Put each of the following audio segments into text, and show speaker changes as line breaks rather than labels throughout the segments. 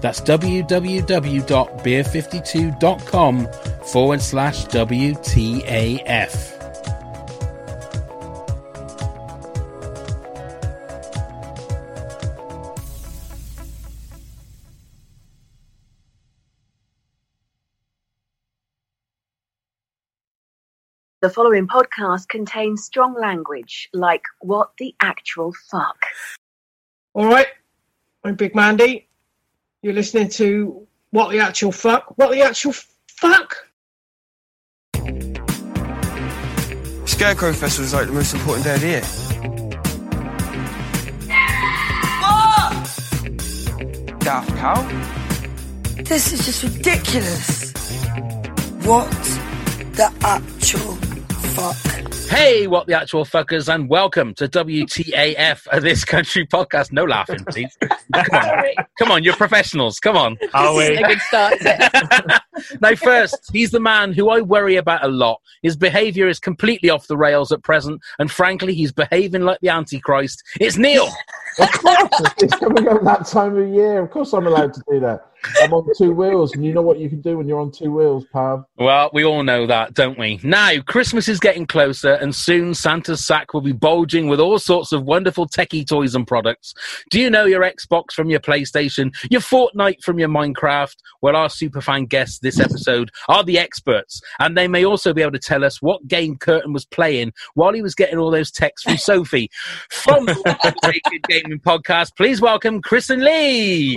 That's www.beer52.com forward slash WTAF.
The following podcast contains strong language like what the actual fuck.
All right, I'm Big Mandy. You're listening to What the Actual Fuck? What the Actual Fuck?
Scarecrow Festival is like the most important day of the year. Daft Cow?
This is just ridiculous. What the actual fuck?
Hey, what the actual fuckers, and welcome to WTAF, a uh, this country podcast. No laughing, please. Come on, come on, you're professionals. Come on.
Are
This
we?
isn't a good start. is it?
Now, first, he's the man who I worry about a lot. His behaviour is completely off the rails at present, and frankly, he's behaving like the Antichrist. It's Neil.
Of course, it's coming up that time of year. Of course, I'm allowed to do that. I'm on two wheels, and you know what you can do when you're on two wheels, Pav.
Well, we all know that, don't we? Now, Christmas is getting closer, and soon Santa's sack will be bulging with all sorts of wonderful techie toys and products. Do you know your Xbox from your PlayStation, your Fortnite from your Minecraft? Well, our superfan guests this episode are the experts, and they may also be able to tell us what game Curtin was playing while he was getting all those texts from Sophie. From the Naked Gaming Podcast, please welcome Chris and Lee.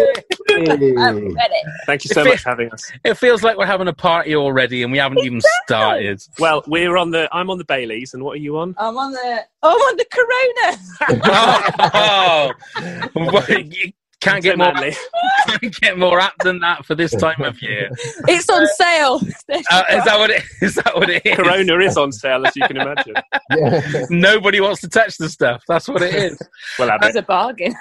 I'm
Hey.
ready.
Thank you so much for having us.
It feels like we're having a party already, and we haven't even started.
Well, we're on the. I'm on the Baileys, and what are you on?
I'm on the. Oh, I'm on the Corona.
oh, Well, you can't get more
Manly.
can't get more apt than that for this time of year.
It's on sale.
Uh, is that what it is? That what it is?
Corona is on sale, as you can imagine.
Yeah.
Nobody wants to touch the stuff. That's what it is.
Well, have
It's
it.
a bargain.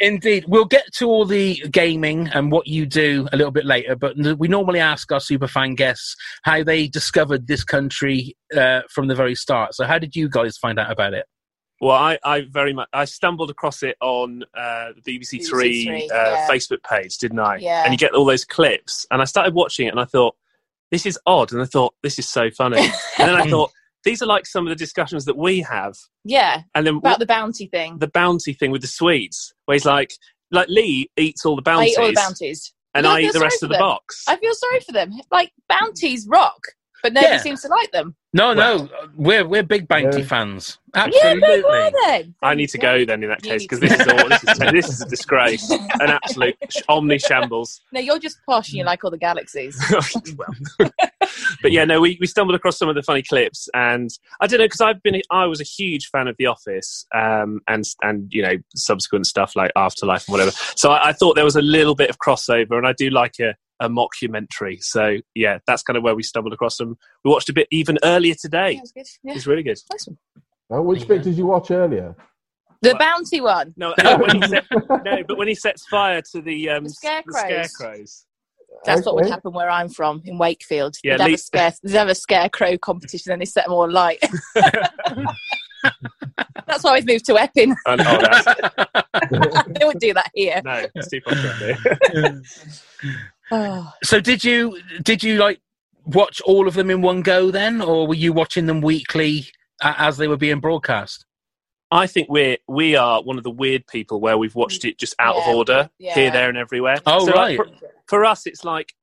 Indeed, we'll get to all the gaming and what you do a little bit later. But n- we normally ask our superfan guests how they discovered this country uh, from the very start. So, how did you guys find out about it?
Well, I, I very much. I stumbled across it on uh, the BBC Three,
BBC3,
uh,
yeah.
Facebook page, didn't I?
Yeah.
And you get all those clips, and I started watching it, and I thought this is odd, and I thought this is so funny, and then I thought these are like some of the discussions that we have,
Yeah,
and then
about the bounty thing.
the bounty thing with the Swedes, where he's like, like Lee eats all the
I
bounties,
eat all the bounties.
and
Yeah,
I eat
that's
the
right
rest of the
for them.
box.
I feel sorry for them. Like bounties rock, but nobody
Yeah.
seems to like them.
No, no, we're we're big bounty
Yeah.
fans.
Yeah,
Absolutely.
big one then.
I need to go then in that
You
case
need
because
to
this is
go.
all this is, this is a disgrace, an absolute sh- omni shambles.
No, you're just posh and you like all the galaxies.
well, but yeah, no, we, we stumbled across some of the funny clips, and I don't know because I've been I was a huge fan of The Office, um, and and you know subsequent stuff like Afterlife and whatever. So I, I thought there was a little bit of crossover, and I do like a. A mockumentary, so yeah, that's kind of where we stumbled across them. We watched a bit even earlier
Yeah,
today.
it's good. Yeah.
It's really good.
Nice one.
Oh, which bit did you watch earlier?
The bounty one.
No, uh, when he set, no, but when he sets fire to the, um,
The
s-
scarecrows.
scarecrows.
That's what would
Okay.
happen where I'm from in Wakefield.
Yeah,
they'd, have a
least-
scare, they'd have a scarecrow competition and they set them all alight. That's why we've moved to Epping.
And, oh, that's,
they wouldn't do that here.
no, it's too popular.
Oh,
So did you did you like watch all of them in one go then, or were you watching them weekly a- as they were being broadcast?
I think we're we are one of the weird people where we've watched it just out
Yeah.
of order,
Yeah.
here, there, and everywhere.
Oh,
So,
right.
like, for, for us, it's like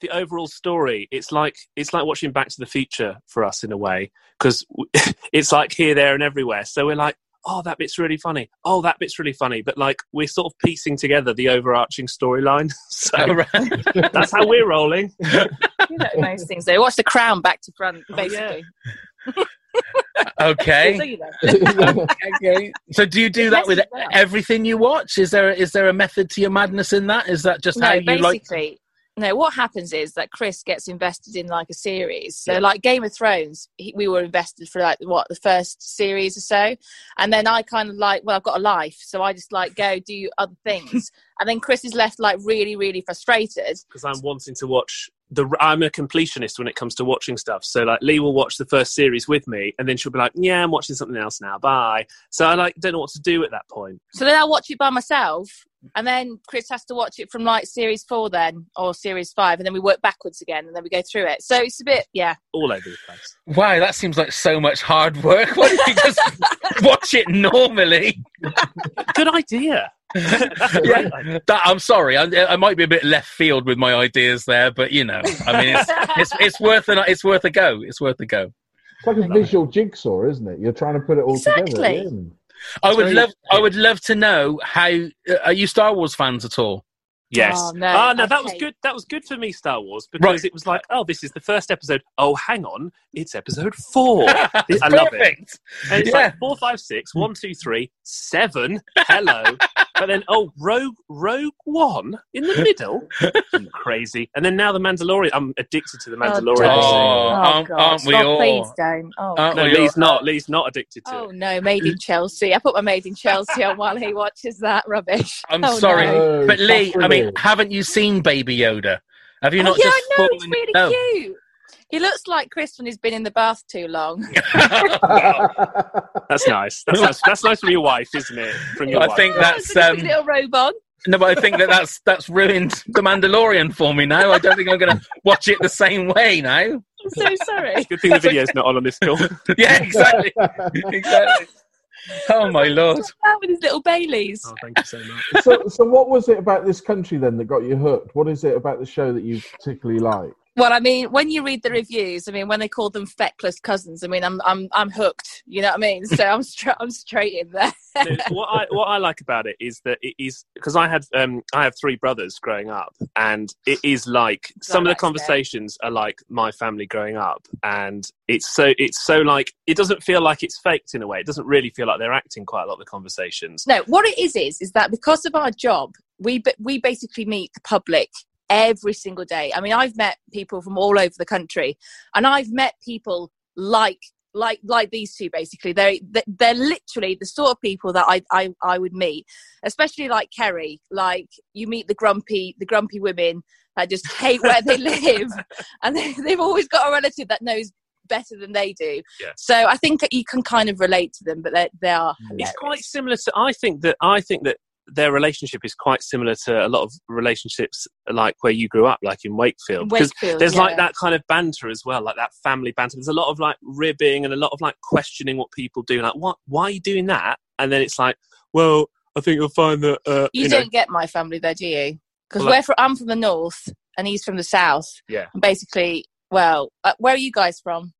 the overall story. It's like it's like watching Back to the Future for us in a way because it's like here, there, and everywhere. So we're like, oh, that bit's really funny. Oh, that bit's really funny. But like we're sort of piecing together the overarching storyline. so that's how we're rolling.
You know those things. They watch the crown back to front, basically. So
okay.
you know.
okay. So do you do that with
Yes, well.
everything you watch? Is there is there a method to your madness in that? Is that just how
no,
you like?
basically, no. What happens is that Chris gets invested in like a series. So, like Game of Thrones, he, we were invested for like what the first series or so, and then I kind of like, well, I've got a life, so I just like go do other things, and then Chris is left like really, really frustrated.
because I'm wanting to watch the. I'm a completionist when it comes to watching stuff. So like Lee will watch the first series with me, and then she'll be like, "Yeah, I'm watching something else now. Bye." So I like don't know what to do at that point.
So then I watch it by myself, and then Chris has to watch it from like series four, then or series five, and then we work backwards again, and then we go through it. So it's a bit, yeah.
All over the place.
Wow, that seems like so much hard work. Why don't you just watch it normally?
Good idea. That's a great idea.
That I'm sorry, I, I might be a bit left field with my ideas there, but you know, I mean, it's it's, it's worth a it's worth a go. It's worth a go.
It's like a visual jigsaw, isn't it? You're trying to put it all together.
Exactly.
at the end.
I would
very-
love. I would love to know how. Uh, are you Star Wars fans at all?
Yes.
Oh, no,
Ah, no, that was
okay.
good. That was good for me, Star Wars, because
Right.
it was like, oh, this is the first episode. Oh, hang on, it's episode four.
It's
I love it.
perfect.
And it's
Yeah.
like four, five, six, one, two, three, seven. Hello. but then, oh, Rogue, Rogue One in the middle. You crazy. And then now the Mandalorian. I'm addicted to the Mandalorian.
Oh, aren't-
God.
aren't we
Rob,
all?
Please don't. Oh,
Aren't
no,
we
Lee's
all-
not. Lee's not addicted to
Oh
it.
no, Made in Chelsea. I put my Made in Chelsea on while he watches that rubbish.
I'm
Oh,
sorry,
no.
no.
but Lee, I mean,
Sacrilege.
haven't you seen Baby Yoda? Have you
Oh,
not
yeah,
just
I know. It's
fallen-
really
No.
cute. He looks like Chris when he's been in the bath too long.
That's nice. That's nice. That's nice from your wife, isn't it? From your
I
wife.
think that's
With his
um,
little robe on.
no, but I think that that's that's ruined the Mandalorian for me now. I don't think I'm going to watch it the same way now.
I'm so sorry.
Good thing the video's not on on this call.
Yeah, exactly, exactly. Oh my lord!
Out with his little Baileys.
oh, thank you so much.
so, so what was it about this country then that got you hooked? What is it about the show that you particularly like?
Well, I mean, when you read the reviews, I mean, when they call them feckless cousins, I mean, I'm I'm I'm hooked. You know what I mean? So I'm stra- I'm straight in there.
No, what I what I like about it is that it is because I had um I have three brothers growing up, and it is like some of the
that's fair.
conversations are like my family growing up, and it's so it's so like it doesn't feel like it's faked in a way. It doesn't really feel like they're acting quite a lot of the conversations.
No, what it is is is that because of our job, we ba- we basically meet the public every single day. I mean, I've met people from all over the country, and I've met people like like like these two. Basically, they they- they're literally the sort of people that I I, I would meet, especially like Kerry. Like you meet the grumpy the grumpy women that just hate where they live, and they, they've always got a relative that knows better than they do.
Yeah.
So I think that you can kind of relate to them, but they they are
It's
hilarious.
quite similar to I think that I think that their relationship is quite similar to a lot of relationships like where you grew up, like in Wakefield. 'Cause
Wakefield,
There's like
yeah.
that kind of banter as well, like that family banter. There's a lot of like ribbing and a lot of like questioning what people do, like what, why are you doing that? And then it's like, well, I think you'll find that uh,
You,
you know,
don't get my family there, do you? Because
Well, I-
we're from, I'm from the north and he's from the south.
Yeah.
And basically, well, uh, where are you guys from?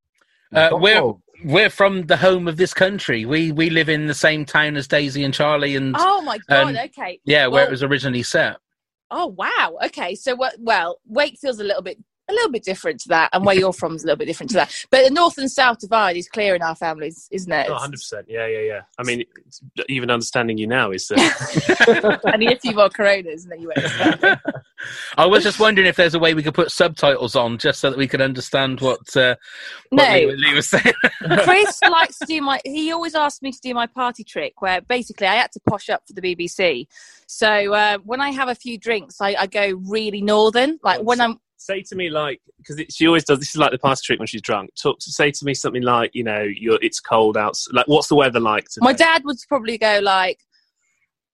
Uh, we're
Oh,
we're from the home of this country. We we live in the same town as Daisy and Charlie, and
Oh my
Um,
god! okay.
yeah, where
well-
it was originally set.
Oh wow. Okay. So what? Well, Wakefield's a little bit a little bit different to that, and where you're from is a little bit different to that. But the north and south divide is clear in our families, isn't it?
Oh, 100%. Yeah, yeah, yeah. I mean, it's- even understanding you now is uh,
I need a few more Coronas, and then you won't.
I was just wondering if there's a way we could put subtitles on just so that we could understand what, uh, what
No.
Lee, Lee was saying.
Chris likes to do my. He always asked me to do my party trick, where basically I had to posh up for the BBC. So uh, when I have a few drinks, I, I go really northern. Like
Oh,
when
so-
I'm
say to me like because she always does this is like the past trick when she's drunk talk to say to me something like you know you're it's cold out like what's the weather like today
My dad would probably go like,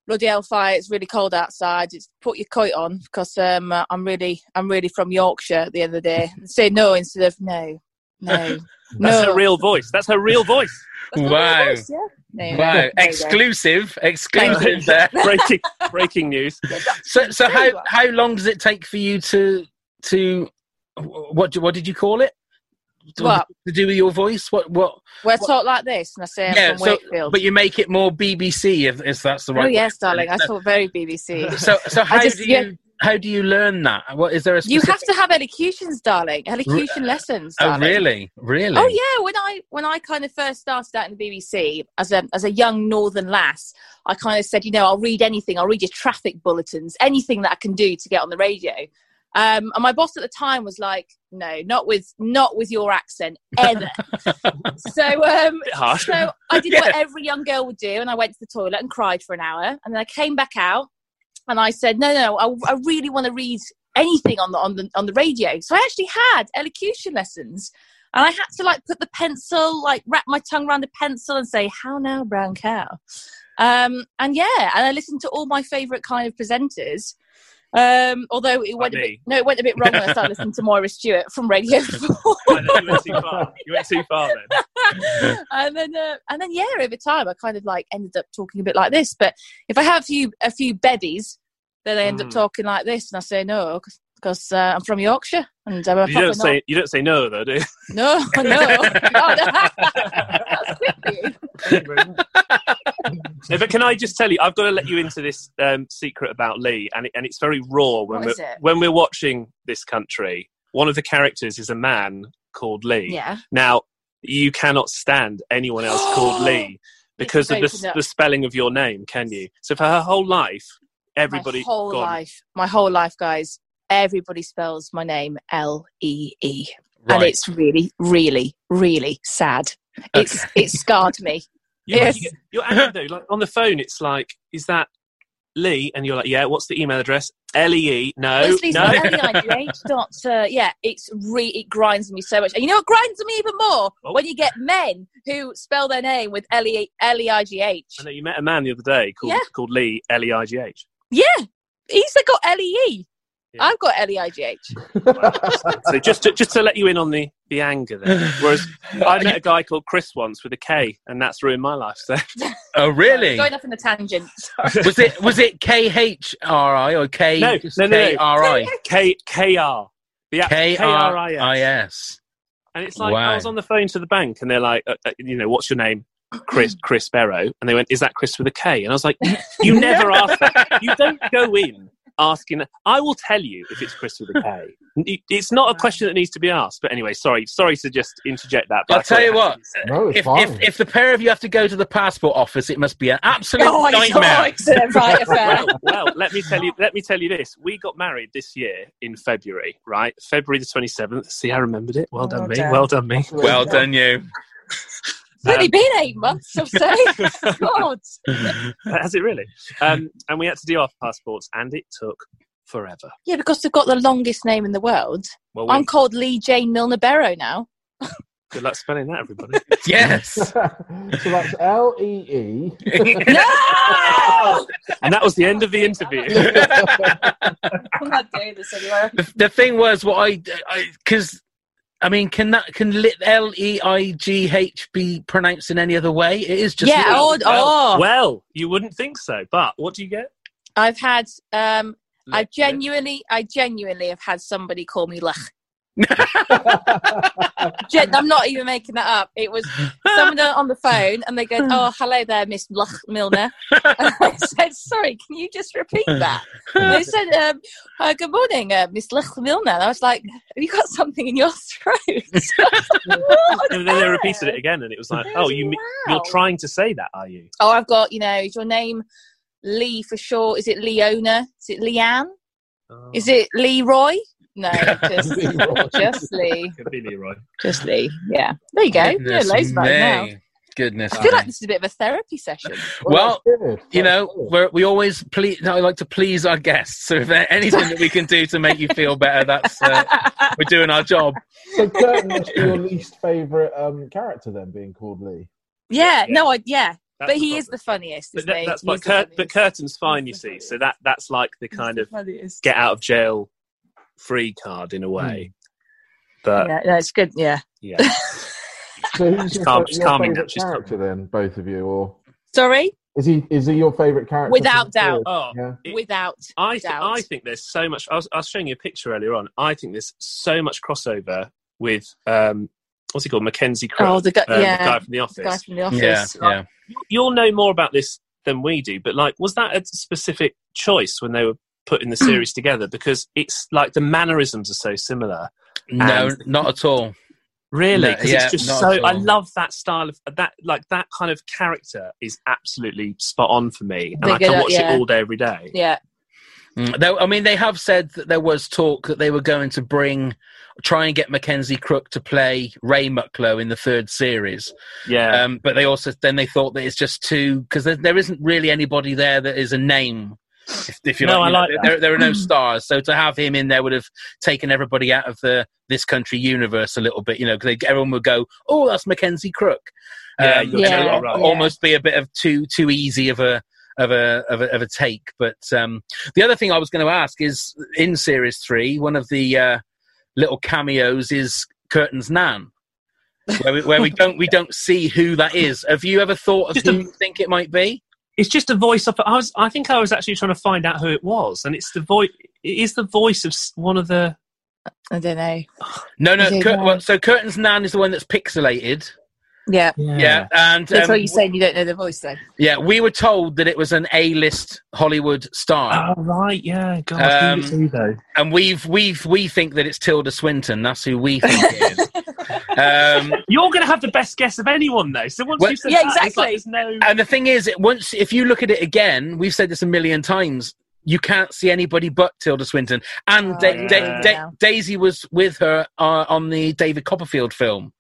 "Bloody hellfire! It's really cold outside. It's put your coat on because um, uh, I'm really, I'm really from Yorkshire." At the end of the day, and say no instead of no, no,
that's
no.
her real voice that's her real voice
That's not
Wow.
my voice, yeah? No, no.
Wow,
There you go.
exclusive, exclusive there.
breaking breaking news
So, so
There
how
you are.
how long does it take for you to to what do- what did you call it?
What?
to do with your voice? What what?
We're taught like this, and I say I'm
Yeah,
from
so-
Wakefield.
But you uh, make it more BBC if, if that's the right.
oh
way.
yes, darling, I
So-
thought very BBC.
So so how
just-
do you
yeah.
how do you learn that? What is there a
you
specific...
have to have elocutions, darling. Elocution lessons.
Oh
Darling.
really? Really?
Oh yeah, when I when I kind of first started out in the BBC as a as a young northern lass, I kind of said, you know, I'll read anything. I'll read your traffic bulletins, anything that I can do to get on the radio. Um, and my boss at the time was like, no, not with not with your accent ever. so um,
bit harsh.
so I did what
Yeah.
every young girl would do, and I went to the toilet and cried for an hour, and then I came back out, and I said, "No, no, I, I really want to read anything on the on the on the radio." So I actually had elocution lessons, and I had to like put the pencil, like wrap my tongue around a pencil, and say, "How now, brown cow?" Um, and yeah, and I listened to all my favourite kind of presenters. Um, although it went a bit,
me.
no, it went a bit wrong when I started listening to Moira Stewart from Radio Four.
Right, then you went too far. You went too far then.
and then uh, and then yeah over time i kind of like ended up talking a bit like this but if i have a few a few bebbies then i end up
Mm.
talking like this and i say no because uh, i'm from yorkshire and um, i'm a
You
proper
don't say you don't say no though, do you?
no no, no. That's creepy.
No, but can I just tell you, I've got to let you into this um, secret about Lee, and it, and it's very raw when
What is
we're
it?
when we're watching this country. One of the characters is a man called Lee.
yeah
Now you cannot stand anyone else called Lee because of
It's
the,
opened up.
the spelling of your name, can you? So for her whole life, everybody
my whole
gone,
life my whole life guys everybody spells my name l-e-e and
Right.
it's really really really sad it's it scarred me
You're,
Yes.
you- you're angry though. Like on the phone, it's like, is that Lee? And you're like, yeah. What's the email address? L E E. No,
Honestly, it's
no.
not L-E-I-G-H, dot, uh, yeah, it's re- it grinds me so much. And you know what grinds me even more?
Oh.
When you get men who spell their name with E, L-E- L-E-I-G-H.
I know you met a man the other day called
Yeah.
called Lee L E I G H.
Yeah, he's got L-E-E.
Yeah.
I've got E L-E-I-G-H.
So just to, just to let you in on the the anger there. Whereas I met a guy called Chris once with a K, and that's ruined my life. So
Oh really?
Going off on a tangent. Sorry.
was it was it K H R I or K
No,
just
no, no, no.
K R I
K K R. The app-
K R I
K-R-I-S.
S?
And it's like
Wow.
I was on the phone to the bank, and they're like, uh, uh, you know, what's your name? Chris Chris Barrow. And they went, is that Chris with a K? And I was like, you, you never ask that. You don't go in asking. I will tell you if it's Chris with a K. It- It's not a question that needs to be asked. But anyway, sorry, sorry to just interject that. But
I'll
I thought
tell you
it had to
what.
be
No, it's
If,
fine.
if if the pair of you have to go to the passport office, it must be an absolute
Oh, it's
nightmare.
excellent, right, affair.
well, well, let me tell you. Let me tell you this. We got married this year in February, right? February the twenty seventh. See, I remembered it. Well done,
Well
me.
done.
Well done, me. Um,
Well done, you.
It's only been eight months, I'll say. God.
Has it really? Um, and we had to do our passports, and it took forever.
Yeah, because they've got the longest name in the world.
Well, we,
I'm called Lee Jane Milner Barrow now.
good luck spelling that, everybody.
Yes.
so that's L E E.
No!
and that was the end of the interview.
I'm not doing this anymore.
the, the thing was what I because I, mean can that can lit L E I G H be pronounced in any other way? It is just
yeah, oh,
Lee.
oh.
Well, you wouldn't think so, but what do you get?
I've had um I
Lech.
genuinely I genuinely have had somebody call me Lech. Gen- I'm not even making that up. It was someone on the phone and they go, Oh, hello there, Miss Lech Milner. And I said, Sorry, can you just repeat that? And they said, um, uh, Good morning, uh, Miss Lech Milner. And I was like, Have you got something in your throat? What on
And then they
earth?
repeated it again, and it was like,
I
oh,
was
you me-
wow.
you're trying to say that, are you?
Oh, I've got, you know, is your name Lee for sure? Is it Leona? Is it Leanne?
Oh,
Is it Leroy? No, just, just Lee.
Could be Leroy.
Just Lee. Yeah. There you go. Yeah,
Goodness
loads about it now.
me. Goodness.
I feel
me.
like this is a bit of a therapy session.
Well,
that's good.
you
That's
know,
good.
we're, we always please. I like to please our guests. So if there's anything that we can do to make you feel better, that's uh, we're doing our job.
so Curtin must be your least favourite um, character then, being called Lee.
yeah, no, I, yeah.
That's
But he
the
is the funniest,
But
isn't
that,
he?
that's
He's
like
the
cur- but
funniest.
curtain's fine, you
He's the
see. So that that's like the
He's
kind
the
of
funniest.
get out of jail free card in a way. But
Yeah, no, it's good. Hmm. Yeah.
yeah,
So who's
She's
your,
calm-
fa-
she's
your
calming down,
favourite
she's calming
character then, both of you? Or
Sorry?
Is he is he your favourite character?
Without
from the
doubt.
Oh,
Yeah.
It-
without
I th-
doubt.
I think there's so much. I was, I was showing you a picture earlier on. I think there's so much crossover with um, what's he called, Mackenzie Crowe,
oh the guy,
uh, the
yeah,
guy from The
the guy
Office.
from the
Yeah,
office.
yeah.
You'll know more about this than we do, but like, was that a specific choice when they were putting the series together? Because it's like the mannerisms are so similar.
No,
And-
not at all.
Really,
No,
because
yeah,
it's just
not
so.
at all.
I love that style of that, like that kind of character is absolutely spot on for me, and
They
I
get
can
it,
watch
yeah.
it all day, every day.
Yeah,
Mm, Though I mean, they have said that there was talk that they were going to bring, try and get Mackenzie Crook to play Ray Mucklow in the third series.
Yeah,
Um, but they also then they thought that it's just too because there, there isn't really anybody there that is a name. If, if you
No,
like,
I like
you know,
that. Mm.
there, there are no stars, so to have him in there would have taken everybody out of the this country universe a little bit. You know, because everyone would go, "Oh, that's Mackenzie Crook."
Yeah,
Um,
you're
and
totally
it'll
right.
almost be a bit of too too easy of a of a of a, of a take. But um, the other thing I was going to ask is in series three, one of the uh, little cameos is Curtin's nan, where we, where we don't we don't see who that is. Have you ever thought of
Just a-
who you think it might be?
it's just a voice of. I was, I think I was actually trying to find out who it was, and it's the voice. It is the voice of s- one of the.
I don't know.
No, no.
Is it,
Cur-
uh,
well, so Curtin's nan is the one that's pixelated.
Yeah,
Yeah, and
that's
um,
what you're saying. You don't know the voice though.
yeah, we were told that it was an A-list Hollywood star,
Oh right, yeah. God, I think it's
Um,
you though.
and we've we've we think that it's Tilda Swinton. That's who we think it is. Um,
You're going to have the best guess of anyone though. So once
Well-
you said
Yeah,
that, it's like
exactly.
there's no.
and the thing is, it once if you look at it again, we've said this a million times. You can't see anybody but Tilda Swinton, and
Oh,
da-
yeah.
Da- Da- Daisy was with her uh, on the David Copperfield film.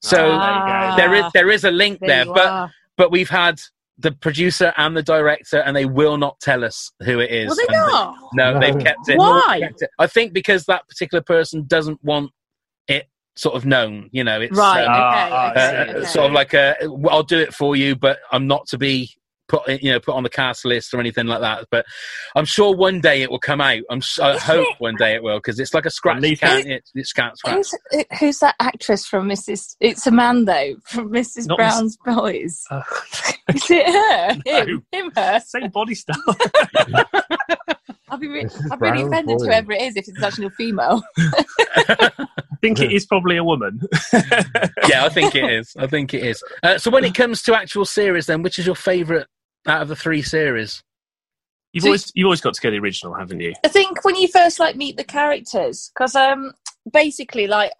So
Ah,
there is there is a link
There
there,
you
but
are.
but we've had the producer and the director, and they will not tell us who it is.
well, they're
And they-
not.
No,
No.
they've kept it.
Why?
They've kept it. I think because that particular person doesn't want it sort of known. You know, it's
Right.
um,
Ah,
okay.
I
uh,
okay,
see, I
okay.
sort of like a, "Well, I'll do it for you, but I'm not to be put in- you know put on the cast list or anything like that. But I'm sure one day it will come out. I'm s I
Isn't
hope
it-
one day it will because it's like a scratch. You
Leave
can't, it, it's can't scratch.
Who's, who's that actress from Mrs. It's a man though from Mrs.
Not Miss-
Brown's Boys.
Oh,
Is it her? Him, him her.
same body style.
I'll be re-
Mrs.
I'll be really
Brown's
offended
Boys.
whoever it is if it's actually a female.
I think it is probably a woman.
yeah, I think it is. I think it is. Uh, so when it comes to actual series, then which is your favourite out of the three series?
You've
Do-
always you've always got to go the original, haven't you?
I think when you first like meet the characters, because um, basically like.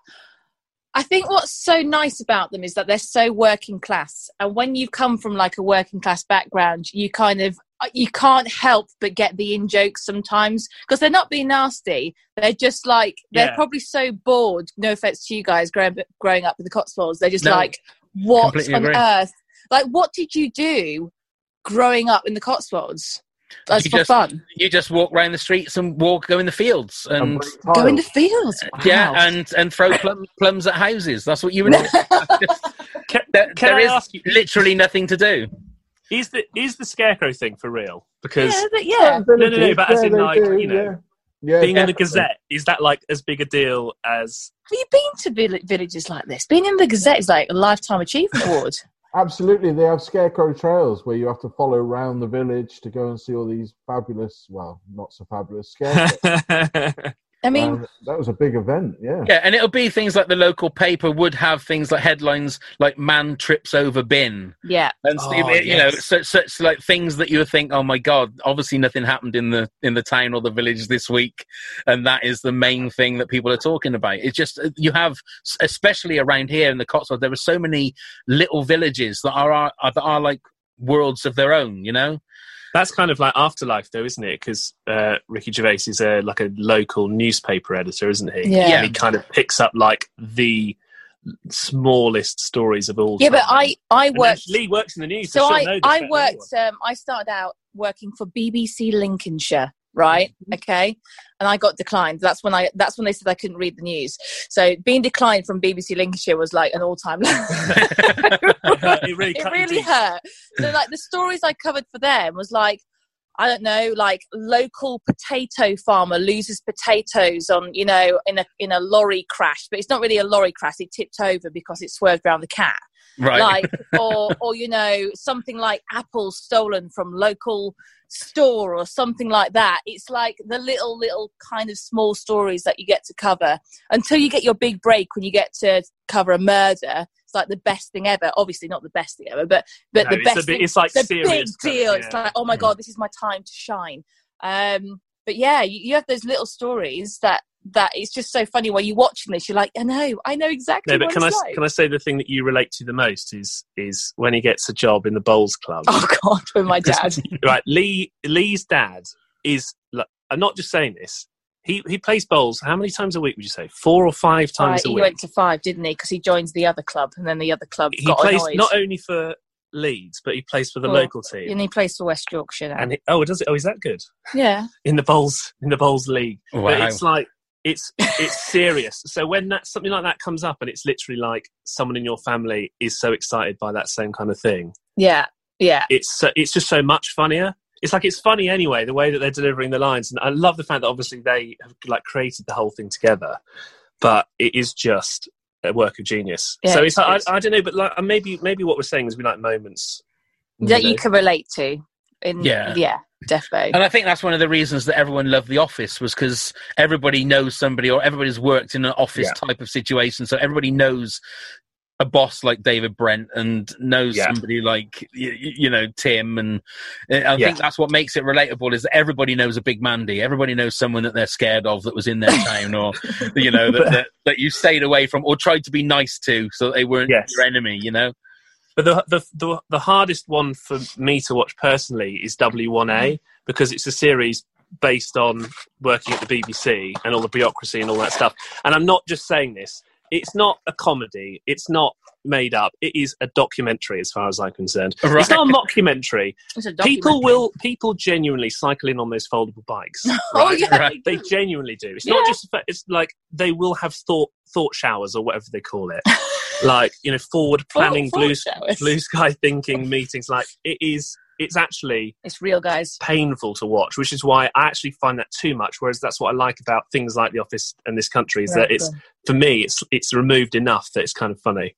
I think what's so nice about them is that they're so working class, and when you come from like a working class background, you kind of uh, you can't help but get the in jokes sometimes because they're not being nasty. They're just like they're
Yeah.
probably so bored. No offense to you guys growing growing up in the Cotswolds, they're just
No,
like, what
completely
on
agree.
earth? Like, what did you do growing up in the Cotswolds? That's
You
for
just-
fun.
You just walk round the streets and walk, go in the fields, and
break
Go
tiles.
in the fields. Wow.
yeah, and and throw plum, plums at houses. That's what you were. doing.
Can,
There-
can
there
I
is
ask you?
literally nothing to do.
Is the is the scarecrow thing for real? Because
yeah, but yeah.
no,
no, no, but as in, like, you know,
yeah.
being in
definitely.
the Gazette is that like as big a deal as
Have you been to vill- villages like this? Being in the Gazette is like a lifetime achievement award.
Absolutely, they have scarecrow trails where you have to follow around the village to go and see all these fabulous, well, not so fabulous scarecrows.
I mean,
Um, that was a big event, yeah.
Yeah, and it'll be things like the local paper would have things like headlines like "Man trips over bin"
yeah.
and so-
Oh,
you know
yes.
such such like things that you would think, "Oh my god!" Obviously, nothing happened in the in the town or the village this week, and that is the main thing that people are talking about. It's just uh, you have, s- especially around here in the Cotswolds, there are so many little villages that are, are that are like worlds of their own. You know.
That's kind of like afterlife, though, isn't it? Because uh, Ricky Gervais is a like a local newspaper editor, isn't he?
Yeah.
Yeah.
And he kind of picks up like the smallest stories of all.
Yeah, but
time.
I, I
And then
worked.
Lee works in the news,
So
she'll
I,
know this
I
better than
worked. Um, I started out working for BBC Lincolnshire, right?
Mm-hmm.
Okay, and I got declined. That's when I. That's when they said I couldn't read the news. So being declined from BBC Lincolnshire was like an all-time low.
anyone. it really,
it
cut
really
your teeth.
hurt. So like the stories I covered for them was like I don't know, like local potato farmer loses potatoes on you know in a in a lorry crash, but it's not really a lorry crash. It tipped over because it swerved around the cat.
Right.
like or or you know something like apple stolen from local store or something like that it's like the little little kind of small stories that you get to cover until you get your big break when you get to cover a murder it's like the best thing ever obviously not the best thing ever but but
No,
the
it's
best
a bit-
thing,
it's like
the
serious
big
stuff,
deal it's
yeah. Mm.
like oh my god this is my time to shine um but yeah you, you have those little stories that that it's just so funny while you're watching this you're like i know i know exactly
No, but
what
can I
it's like.
can I say the thing that you relate to the most is is when he gets a job in the bowls club.
Oh God, with my dad.
right, Lee Lee's dad is. like, I'm not just saying this. He he plays bowls. How many times a week would you say? Four or five
Right,
times
Uh,
a
he
week.
went to five, didn't he? Because he joins the other club, and then the other club
he
got
plays
annoyed.
not only for Leeds, but he plays for the
Oh,
local team.
and he plays for West Yorkshire now.
and he, oh, does it? Oh, is that good
yeah,
in the bowls in the bowls league? But
Wow.
it's like it's it's serious. So when that something like that comes up, and it's literally like someone in your family is so excited by that same kind of thing.
yeah, yeah.
it's so, it's just so much funnier. It's like it's funny anyway the way that they're delivering the lines, and I love the fact that obviously they have like created the whole thing together, but it is just a work of genius.
Yeah,
so it's,
it's-
like,
it's-
I, I don't know, but like maybe maybe what we're saying is we like moments
That
you
you
know.
can relate to. In
Yeah.
yeah, defo.
And I think that's one of the reasons that everyone loved The Office was because everybody knows somebody or everybody's worked in an office type of situation. So everybody knows a boss like David Brent and knows
Yeah.
somebody like, you, you know, Tim. And uh, I
Yeah.
think that's what makes it relatable is that everybody knows a big Mandy. Everybody knows someone that they're scared of that was in their town or, you know, that, that, that you stayed away from or tried to be nice to so that they weren't
Yes.
your enemy, you know?
But the, the the the hardest one for me to watch personally is W1A because it's a series based on working at the BBC and all the bureaucracy and all that stuff. And I'm not just saying this; it's not a comedy. It's not made up. It is a documentary, as far as I'm concerned. It's not a mockumentary.
It's a documentary.
People will people genuinely cycle in on those foldable bikes.
Oh
right?
yeah,
Right.
They genuinely do. It's not just it's like they will have thought thought showers or whatever they call it. like you know, forward planning,
Full- full
blue
showers.
blue sky thinking meetings like it is it's actually
It's real, guys.
painful to watch which is why i actually find that too much whereas that's what i like about things like the office and this country is that it's for me it's it's removed enough that it's kind of funny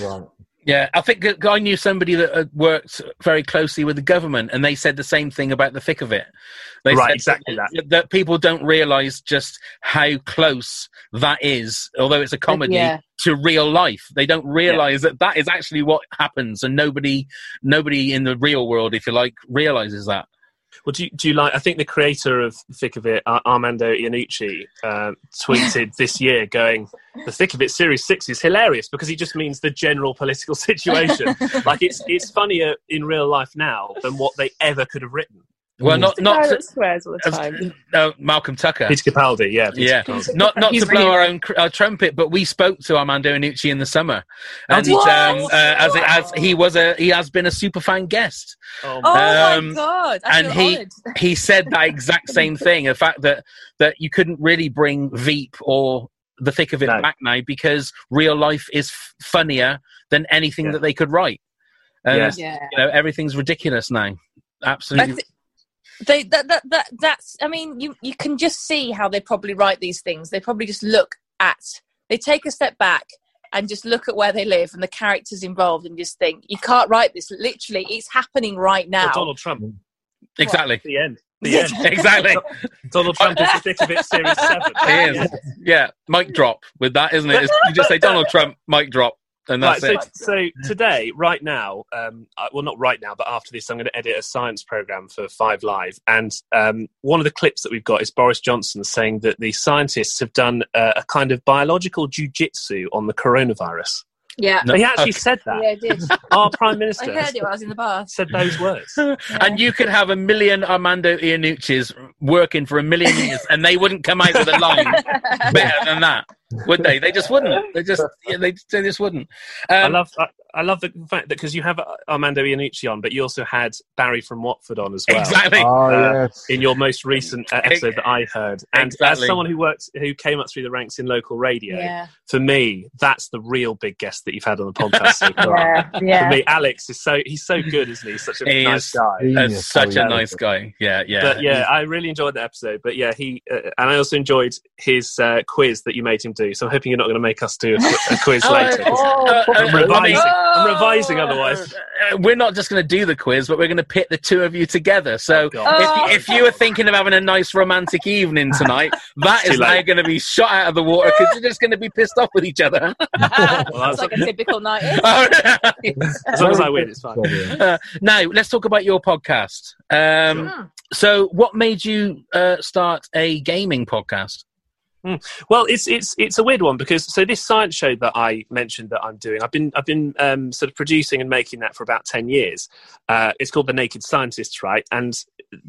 Right.
Yeah, I think that I knew somebody that uh, worked very closely with the government, and they said the same thing about the thick of it. They
Right,
said
exactly that.
That people don't realise just how close that is, although it's a comedy
yeah.
to real life. They don't realise that that is actually what happens, and nobody, nobody in the real world, if you like, realises that.
well do you, do you like i think the creator of the thick of it Ar- armando iannucci uh, tweeted this year going the thick of it series six is hilarious because he just means the general political situation like it's it's funnier in real life now than what they ever could have written
Well,
Mm.
not not to,
swears all the
as- no, Malcolm Tucker.
peter capaldi yeah Peter
Yeah.
Capaldi.
Not not
He's
to blow
brilliant.
our own cr- our trumpet, but we spoke to Armando Iannucci in the summer,
Oh,
and
did you?
um, uh,
What?
as as he was a he has been a super fan guest.
Oh,
Oh
Um,
my god! I
and
feel
he-
honoured.
He said that exact same thing: the fact that that you couldn't really bring Veep or the thick of it
No.
back now because real life is f- funnier than anything
Yeah.
that they could write, and
Yeah.
Yeah.
you know everything's ridiculous now. Absolutely,
That's- they that, that that that's i mean you you can just see how they probably write these things they probably just look at they take a step back and just look at where they live and the characters involved and just think you can't write this literally it's happening right
Well,
now
Donald Trump.
exactly,
The end. The
Yeah.
end.
exactly.
Donald Trump is the thick of it, Series 7.
It is. Yeah, mic drop with that, isn't it? It's, you just say Donald Trump, mic drop, and
Right,
that's
so,
it.
so today, right now, um, I- well, not right now, but after this, I'm going to edit a science program for Five Live. And um, one of the clips that we've got is Boris Johnson saying that the scientists have done uh, a kind of biological jujitsu on the coronavirus.
yeah
No,
he actually
okay.
said that.
yeah i did
Our Prime
i
Minister
heard it while i was in the bar
said those words.
Um, And you could have a million Armando Iannucci's working for a million years, and they wouldn't come out with a line better than that, would they? They just wouldn't. They just yeah, they, they just wouldn't. Um,
I love I, I love the fact that because you have uh, Armando Iannucci on, but you also had Barry from Watford on as well.
exactly.
Oh,
uh,
yes.
in your most recent uh, episode that I heard. And
Exactly.
as someone who worked, who came up through the ranks in local radio,
yeah
for me, that's the real big guest that you've had on the podcast so far.
yeah
For
yeah
me, Alex is so he's so good, isn't he? He's such a
He
nice
is.
guy.
That's
Genius, Oh,
such a
Harry.
nice guy. Yeah, yeah.
But yeah, I really enjoyed that episode. But yeah, he uh, and I also enjoyed his uh, quiz that you made him do. So I'm hoping you're not going to make us do a, a quiz
Oh,
later.
uh, uh,
I'm
let me-
revising. I'm revising
oh.
otherwise.
Uh, we're not just going to do the quiz, but we're going to pit the two of you together. So
Oh, God.
Oh.
if, if you were thinking of having a nice romantic evening tonight, that
It's
is
too
now
late.
going to be shot out of the water because you're just going to be pissed off with each other.
that's- Uh,
it's like a typical night. in.
As long as I win, it's fine.
Uh, now let's talk about your podcast. Um, So, what made you uh, start a gaming podcast?
Well, it's it's it's a weird one because so this science show that I mentioned that I'm doing, I've been I've been um, sort of producing and making that for about ten years. Uh, it's called the Naked Scientists, right? And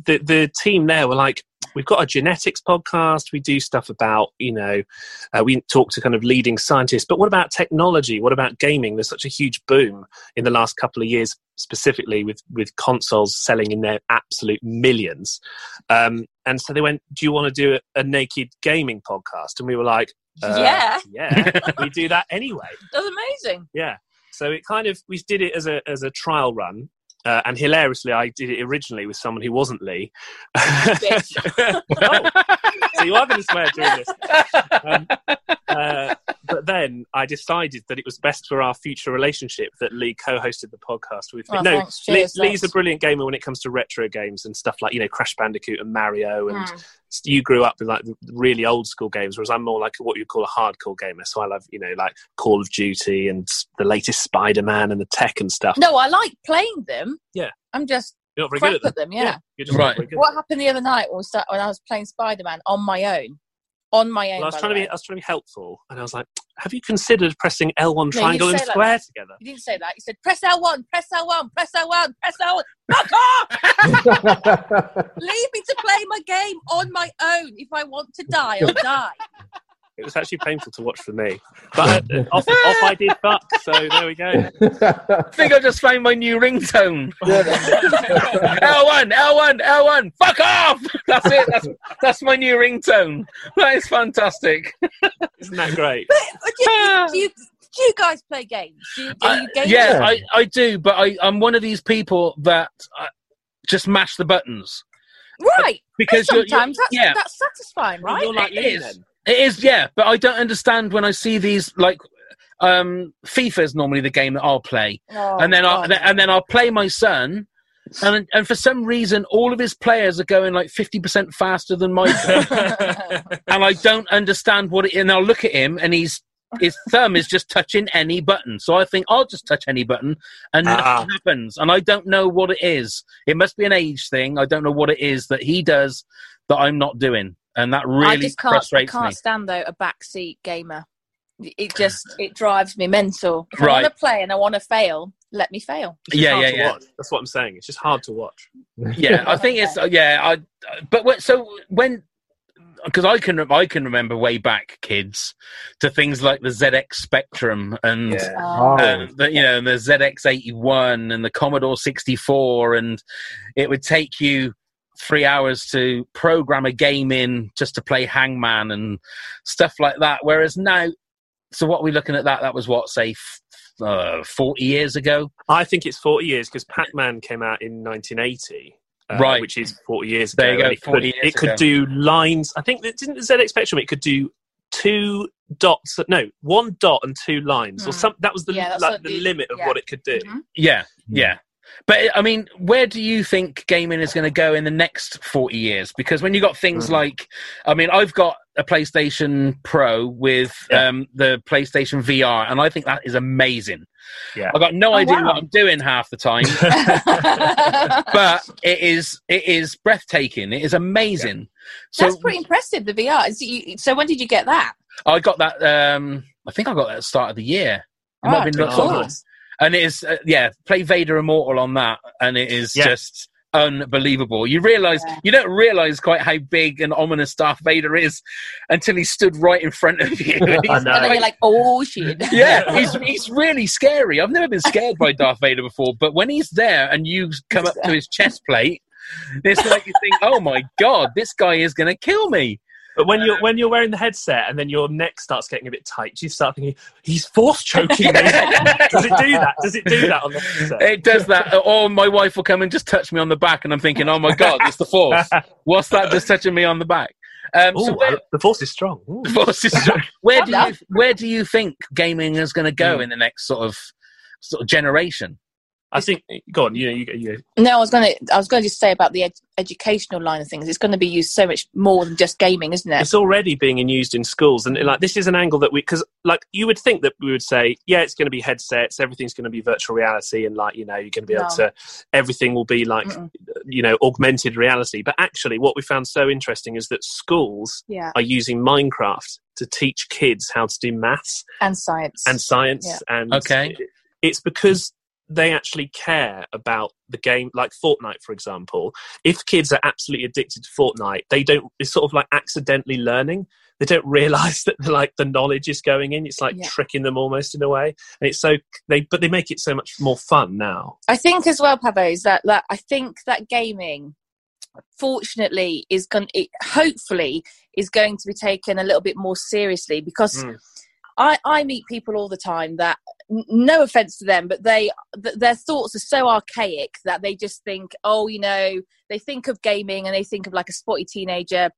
the the team there were like, we've got a genetics podcast. We do stuff about you know, uh, we talk to kind of leading scientists, but what about technology? What about gaming? There's such a huge boom in the last couple of years, specifically with with consoles selling in their absolute millions. Um, and so they went, "Do you want to do a, a naked gaming podcast?" And we were like, uh,
Yeah.
yeah, we do that anyway."
That's amazing.
Yeah. So it kind of we did it as a as a trial run. Uh, and hilariously, I did it originally with someone who wasn't Lee.
Bitch.
oh, so you are going to swear during this. Um, uh, but then I decided that it was best for our future relationship that Lee co-hosted the podcast with me.
Well,
no,
Oh, thanks.
Lee,
Cheers,
Lee's a
thanks.
brilliant gamer when it comes to retro games and stuff like you know Crash Bandicoot and Mario and
Mm.
you grew up in like the really old school games, whereas I'm more like what you call a hardcore gamer. So I love, you know, like Call of Duty and the latest Spider Man and the tech and stuff.
No, I like playing them.
Yeah.
I'm just
you're not very
crap
good
at
at
them.
them.
yeah.
you're just not
Right.
very good at
What
them.
happened the other night when, we start, when I was playing Spider Man on my own? On my own.
Well, I was
by
trying
the
to be, I
way.
was trying to be helpful, and I was like, "Have you considered pressing L1
you
triangle and
say like-
square together?"
You didn't say that. You said, press L1, press L1, press L1, press L1. Fuck off! Leave me to play my game on my own. If I want to die, I'll die.
It was actually painful to watch for me, but uh, off, off I did fuck. So there we go.
I think I just found my new ringtone. L1, L1, L1. Fuck off! That's it. That's that's my new ringtone. That is fantastic.
Isn't that great?
But do, you, do, you, do you guys play games? Do you, are
I-
you gamers?
Uh, yeah,
Yeah.
I, I do, but I, I'm one of these people that uh, just mash the buttons
Right.
because Uh, you're, you're-
Sometimes that's,
yeah,
that's satisfying, right?
You're like
It
Lee
is.
then.
It is, yeah, but I don't understand when I see these like um FIFA is normally the game that I'll play,
Oh,
and then I'll
God.
and then I'll play my son, and and for some reason all of his players are going like fifty percent faster than my son, and I don't understand what it. And I'll look at him, and he's his thumb is just touching any button, so I think I'll just touch any button, and
Ah.
nothing happens, and I don't know what it is. It must be an age thing. I don't know what it is that he does that I'm not doing. And that
I
really
just can't, I
frustrates
can't
me.
stand though a backseat gamer. It just it drives me mental. If I
Right.
want to play and I want to fail. Let me fail.
It's just
Yeah,
hard
yeah,
to
yeah.
watch. That's what I'm saying. It's just hard to watch.
yeah i think it's uh, yeah i but when, so when because i can i can remember way back kids to things like the zx spectrum and
Um,
Oh,
uh, the, you know and the zx81 and the commodore 64 and it would take you three hours to program a game in just to play hangman and stuff like that whereas now so what are we looking at that that was what say f- uh, 40 years ago
I think it's 40 years because Pac Man came out in 1980. uh,
Right.
Which is 40 years ago.
There you go,
and It,
40
could,
years
it could
ago.
do lines. I think that didn't the ZX Spectrum, it could do two dots. No, one dot and two lines. Or
Mm.
some, that was the,
Yeah, that's
like,
what
the,
the-
limit of
yeah.
what it could do.
Mhm.
Yeah, yeah. But I mean, where do you think gaming is going to go in the next 40 years? Because when you got things
Mm.
like, I mean, I've got a PlayStation Pro with
Yeah.
um, the PlayStation VR, and I think that is amazing.
Yeah.
I've got no
Oh,
idea
wow.
what I'm doing half the time, but it is it is breathtaking. It is amazing. So
That's pretty impressive. The VR. Is you- So when did you get that?
I got that. Um, I think I got that at the start of the year. It might have been
Oh,
lots
cool.
of and it is uh, yeah play vader immortal on that and it is
Yeah.
just unbelievable you realize
Yeah.
you don't realize quite how big and ominous darth vader is until he stood right in front of you And he's
I know.
And then you're like, oh shit.
yeah he's, he's really scary i've never been scared by darth vader before but when he's there and you come up to his chest plate it's like you think oh my god this guy is going to kill me
But when you're when you're wearing the headset and then your neck starts getting a bit tight, you start thinking, "He's force choking me." Does it do that? Does it do that on the headset?
It does that. uh, Or my wife will come and just touch me on the back, and I'm thinking, oh my God, it's the force. What's that just touching me on the back? Um, so
Ooh,
where,
the force is strong. Ooh.
Force is strong. where do you
Hello.
where do you think gaming is going to go in the next sort of sort of generation?
I think. Go on. You know. You, you,
No, I was going to. I was going to just say about the ed- educational line of things. It's going to be used so much more than just gaming, isn't it?
it's already being used in schools and like this is an angle that we because like you would think that we would say yeah it's going to be headsets everything's going to be virtual reality and like you know you're going to be able
No.
to everything will be like
Mm-mm.
you know augmented reality but actually what we found so interesting is that schools
Yeah,
are using minecraft to teach kids how to do maths
and science.
and science and
Okay.
it's because they actually care about the game like fortnite for example if kids are absolutely addicted to fortnite they don't it's sort of like accidentally learning they don't realize that like the knowledge is going in it's like
Yeah.
tricking them almost in a way and it's so they but they make it so much more fun now
I think as well, Pavo, is that, that I think that gaming, fortunately, is going. It hopefully is going to be taken a little bit more seriously because
Mm.
I I meet people all the time that n- no offense to them, but they th- their thoughts are so archaic that they just think, oh, you know, they think of gaming and they think of like a spotty teenager,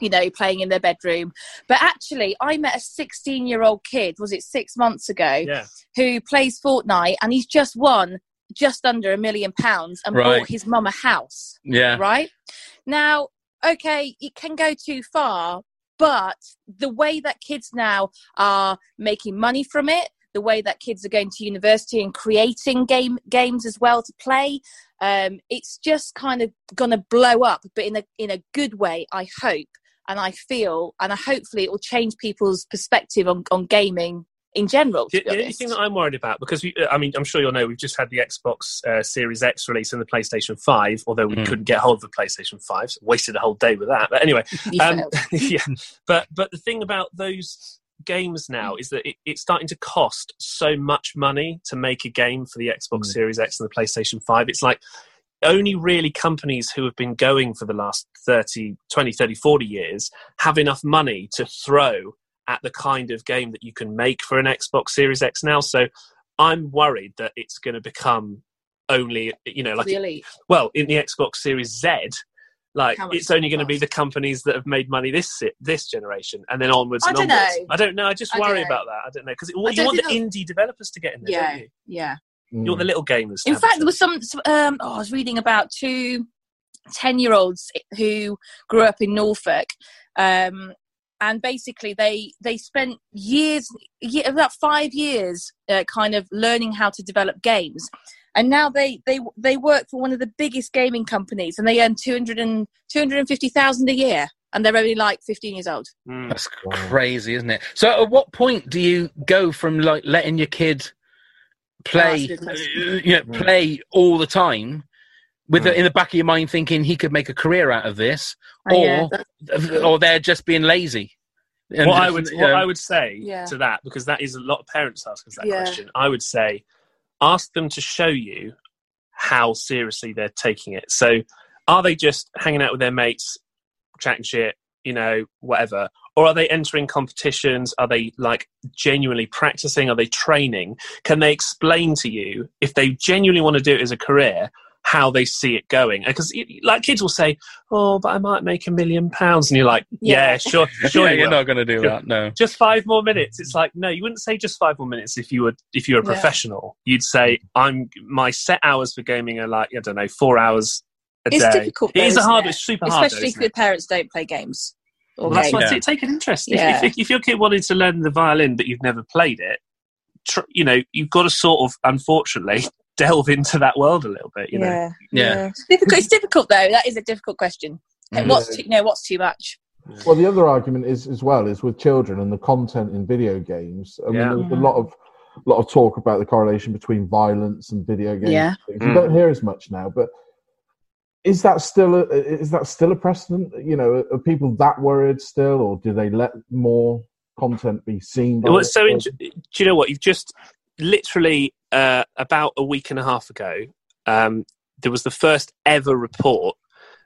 you know, playing in their bedroom. But actually, I met a 16 year old kid. Was it six months ago?
yeah
who plays Fortnite and he's just won just under a million pounds and
Right.
bought his mum a house,
Yeah.
right? Now, okay, it can go too far, but the way that kids now are making money from it, the way that kids are going to university and creating game games as well to play, um, it's just kind of going to blow up, but in a in a good way, I hope and I feel, and I hopefully it will change people's perspective on, on gaming in general. to be
The, the only
honest.
thing that I'm worried about, because we, I mean, I'm sure you'll know, we've just had the Xbox uh, Series X release and the PlayStation 5, although we
Mm.
couldn't get hold of the PlayStation 5, so wasted a whole day with that. But anyway,
You
Um,
failed.
yeah, but but the thing about those games now is that it, it's starting to cost so much money to make a game for the Xbox
Mm.
Series X and the PlayStation 5. It's like only really companies who have been going for the last 30, 20, 30, 40 years have enough money to throw at the kind of game that you can make for an Xbox Series X now. So I'm worried that it's going to become only, you know, like
really.
well, in the Xbox Series Z, like
How much
it's only
does it
going to be
cost?
the companies that have made money this si- this generation, and then onwards
I
and
don't
onwards.
know.
I don't know. I just
I
worry
don't know.
about that. I don't know because you
I don't
want the
think
indie developers to get in there.
Yeah.
Don't you?
Yeah.
Mm.
you want the little gamers. to
In
have a
fact, there
chance.
was some. some, Um, oh, I was reading about two 10 year olds who grew up in Norfolk. Um, and basically, they they spent years, ye- about five years, uh, kind of learning how to develop games. And now they, they they work for one of the biggest gaming companies, and they earn 200 and, 250,000 a year, and they're only like 15 years old.
Mm.
That's crazy, isn't it? So, at what point do you go from like letting your kid play, uh,
Oh, that's a
you know, play all the time, with
Hmm.
the, in the back of your mind thinking he could make a career out of this,
Oh, yeah,
or or they're just being lazy? And
what I
just,
would
you
what
know,
I would say
Yeah.
to that because that is a lot of parents ask us that
Yeah.
question. I would say ask them to show you how seriously they're taking it. So are they just hanging out with their mates, chatting shit, you know, whatever, or are they entering competitions? Are they like genuinely practicing? Are they training? Can they explain to you if they genuinely want to do it as a career? How they see it going, because like kids will say, "Oh, but I might make a million pounds," and you're like, "Yeah,
Yeah.
sure, sure,
yeah,
you
you're
will."
not going to do
Yeah.
that, no.
just five more minutes it's like no you wouldn't say just five more minutes if you were if you were a
Yeah.
professional you'd say i'm my set hours for gaming are like i don't know four hours a
It's
day
difficult,
it
though,
is a
isn't
hard
it?
it's super hard though,
especially if
isn't
the
it?
parents don't play games. Or
well, that's
games.
what I
Yeah.
say, take an interest If-
Yeah.
if, if, your kid wanted to learn the violin but you've never played it tr- you know you've got to sort of unfortunately delve into that world a little bit you know
Yeah.
It's difficult. It's difficult though. That is a difficult question. And
Mm.
What's too, you know, what's too much?
Well, the other argument is as well is with children and the content in video games. I mean,
Yeah.
Mm-hmm.
there's a lot of lot of talk about the correlation between violence and video games.
Yeah.
You
Mm.
don't hear as much now, but is that still a, is that still a precedent? You know, are people that worried still, or do they let more content be seen? by
Well, it's so
their
inter- do you know what? You've just literally uh, about a week and a half ago, um, there was the first ever report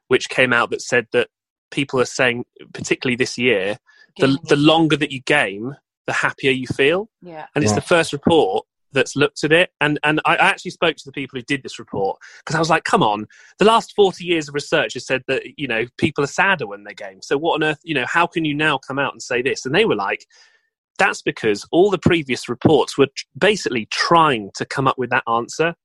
which came out that said that people are saying, particularly this year, the,
Gaming.
the longer that you game, the happier you feel.
yeah.
And it's
Right.
the first report that's looked at it. And and I actually spoke to the people who did this report because I was like, come on, the last forty years of research has said that you know people are sadder when they game. So what on earth, you know, how can you now come out and say this? And they were like. That's because all the previous reports were tr- basically trying to come up with that answer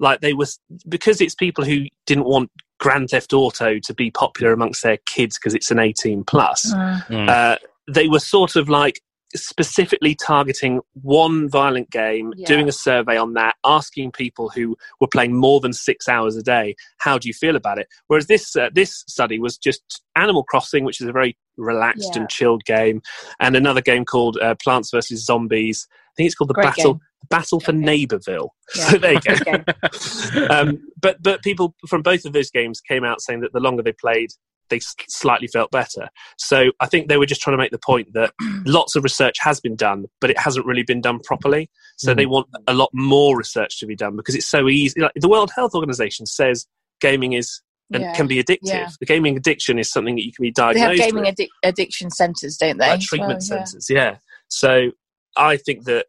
like they were because it's people who didn't want grand theft auto to be popular amongst their kids because it's an 18 plus
Mm.
uh, they were sort of like specifically targeting one violent game
Yeah.
doing a survey on that asking people who were playing more than six hours a day how do you feel about it whereas this uh, this study was just animal crossing which is a very relaxed
Yeah.
and chilled game and another game called uh, plants vs zombies i think it's called the
Great
battle
game.
battle for
Okay.
neighbourville
Yeah.
so there you go
Good game.
um, but but people from both of those games came out saying that the longer they played, they s- slightly felt better. So I think they were just trying to make the point that lots of research has been done, but it hasn't really been done properly. So they want a lot more research to be done because it's so easy. Like, the World Health Organization says gaming is and
Yeah.
can be addictive.
Yeah.
The gaming addiction is something that you can be
They have
diagnosed
gaming
with,
addic- addiction centres, don't they?
like
as
treatment
well, yeah.
centers. Yeah. So I think that.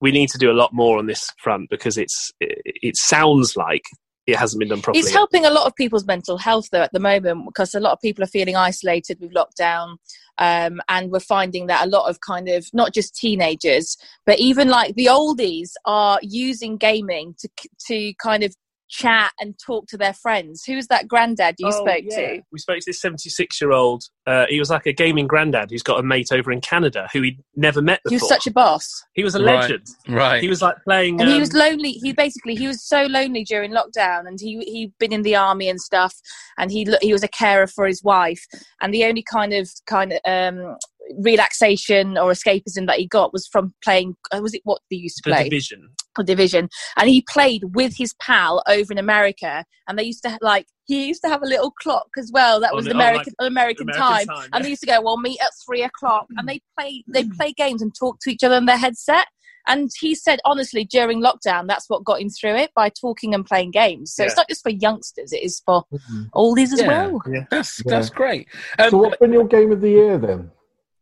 We need to do a lot more on this front because it's it, it sounds like it hasn't been done properly.
It's helping a lot of people's mental health though at the moment because a lot of people are feeling isolated with lockdown, um, and we're finding that a lot of kind of not just teenagers but even like the oldies are using gaming to to kind of chat and talk to their friends. Who's that granddad you
Oh,
spoke
yeah.
to?
We spoke to this 76 year old. Uh, he was like a gaming granddad who's got a mate over in Canada who he'd never met before.
He was such a boss,
He was a
Right.
legend.
Right.
He was like playing.
and he
um,
was lonely. He basically he was so lonely during lockdown, and he he'd been in the army and stuff, and he lo- he was a carer for his wife, and the only kind of kind of um, relaxation or escapism that he got was from playing. uh, Was it what they used to
the
play?
division.
or division and he played with his pal over in america and they used to ha- like he used to have a little clock as well that
On
was
the- oh,
american american,
American
time,
time,
and
yeah.
they used to go well meet at three o'clock and they play they
Mm.
play games and talk to each other on their headset and he said honestly during lockdown that's what got him through it by talking and playing games so
Yeah.
it's not just for youngsters it is for all these as
Yeah.
well
That's
Yeah.
that's great. Um,
So, what's been your game of the year then?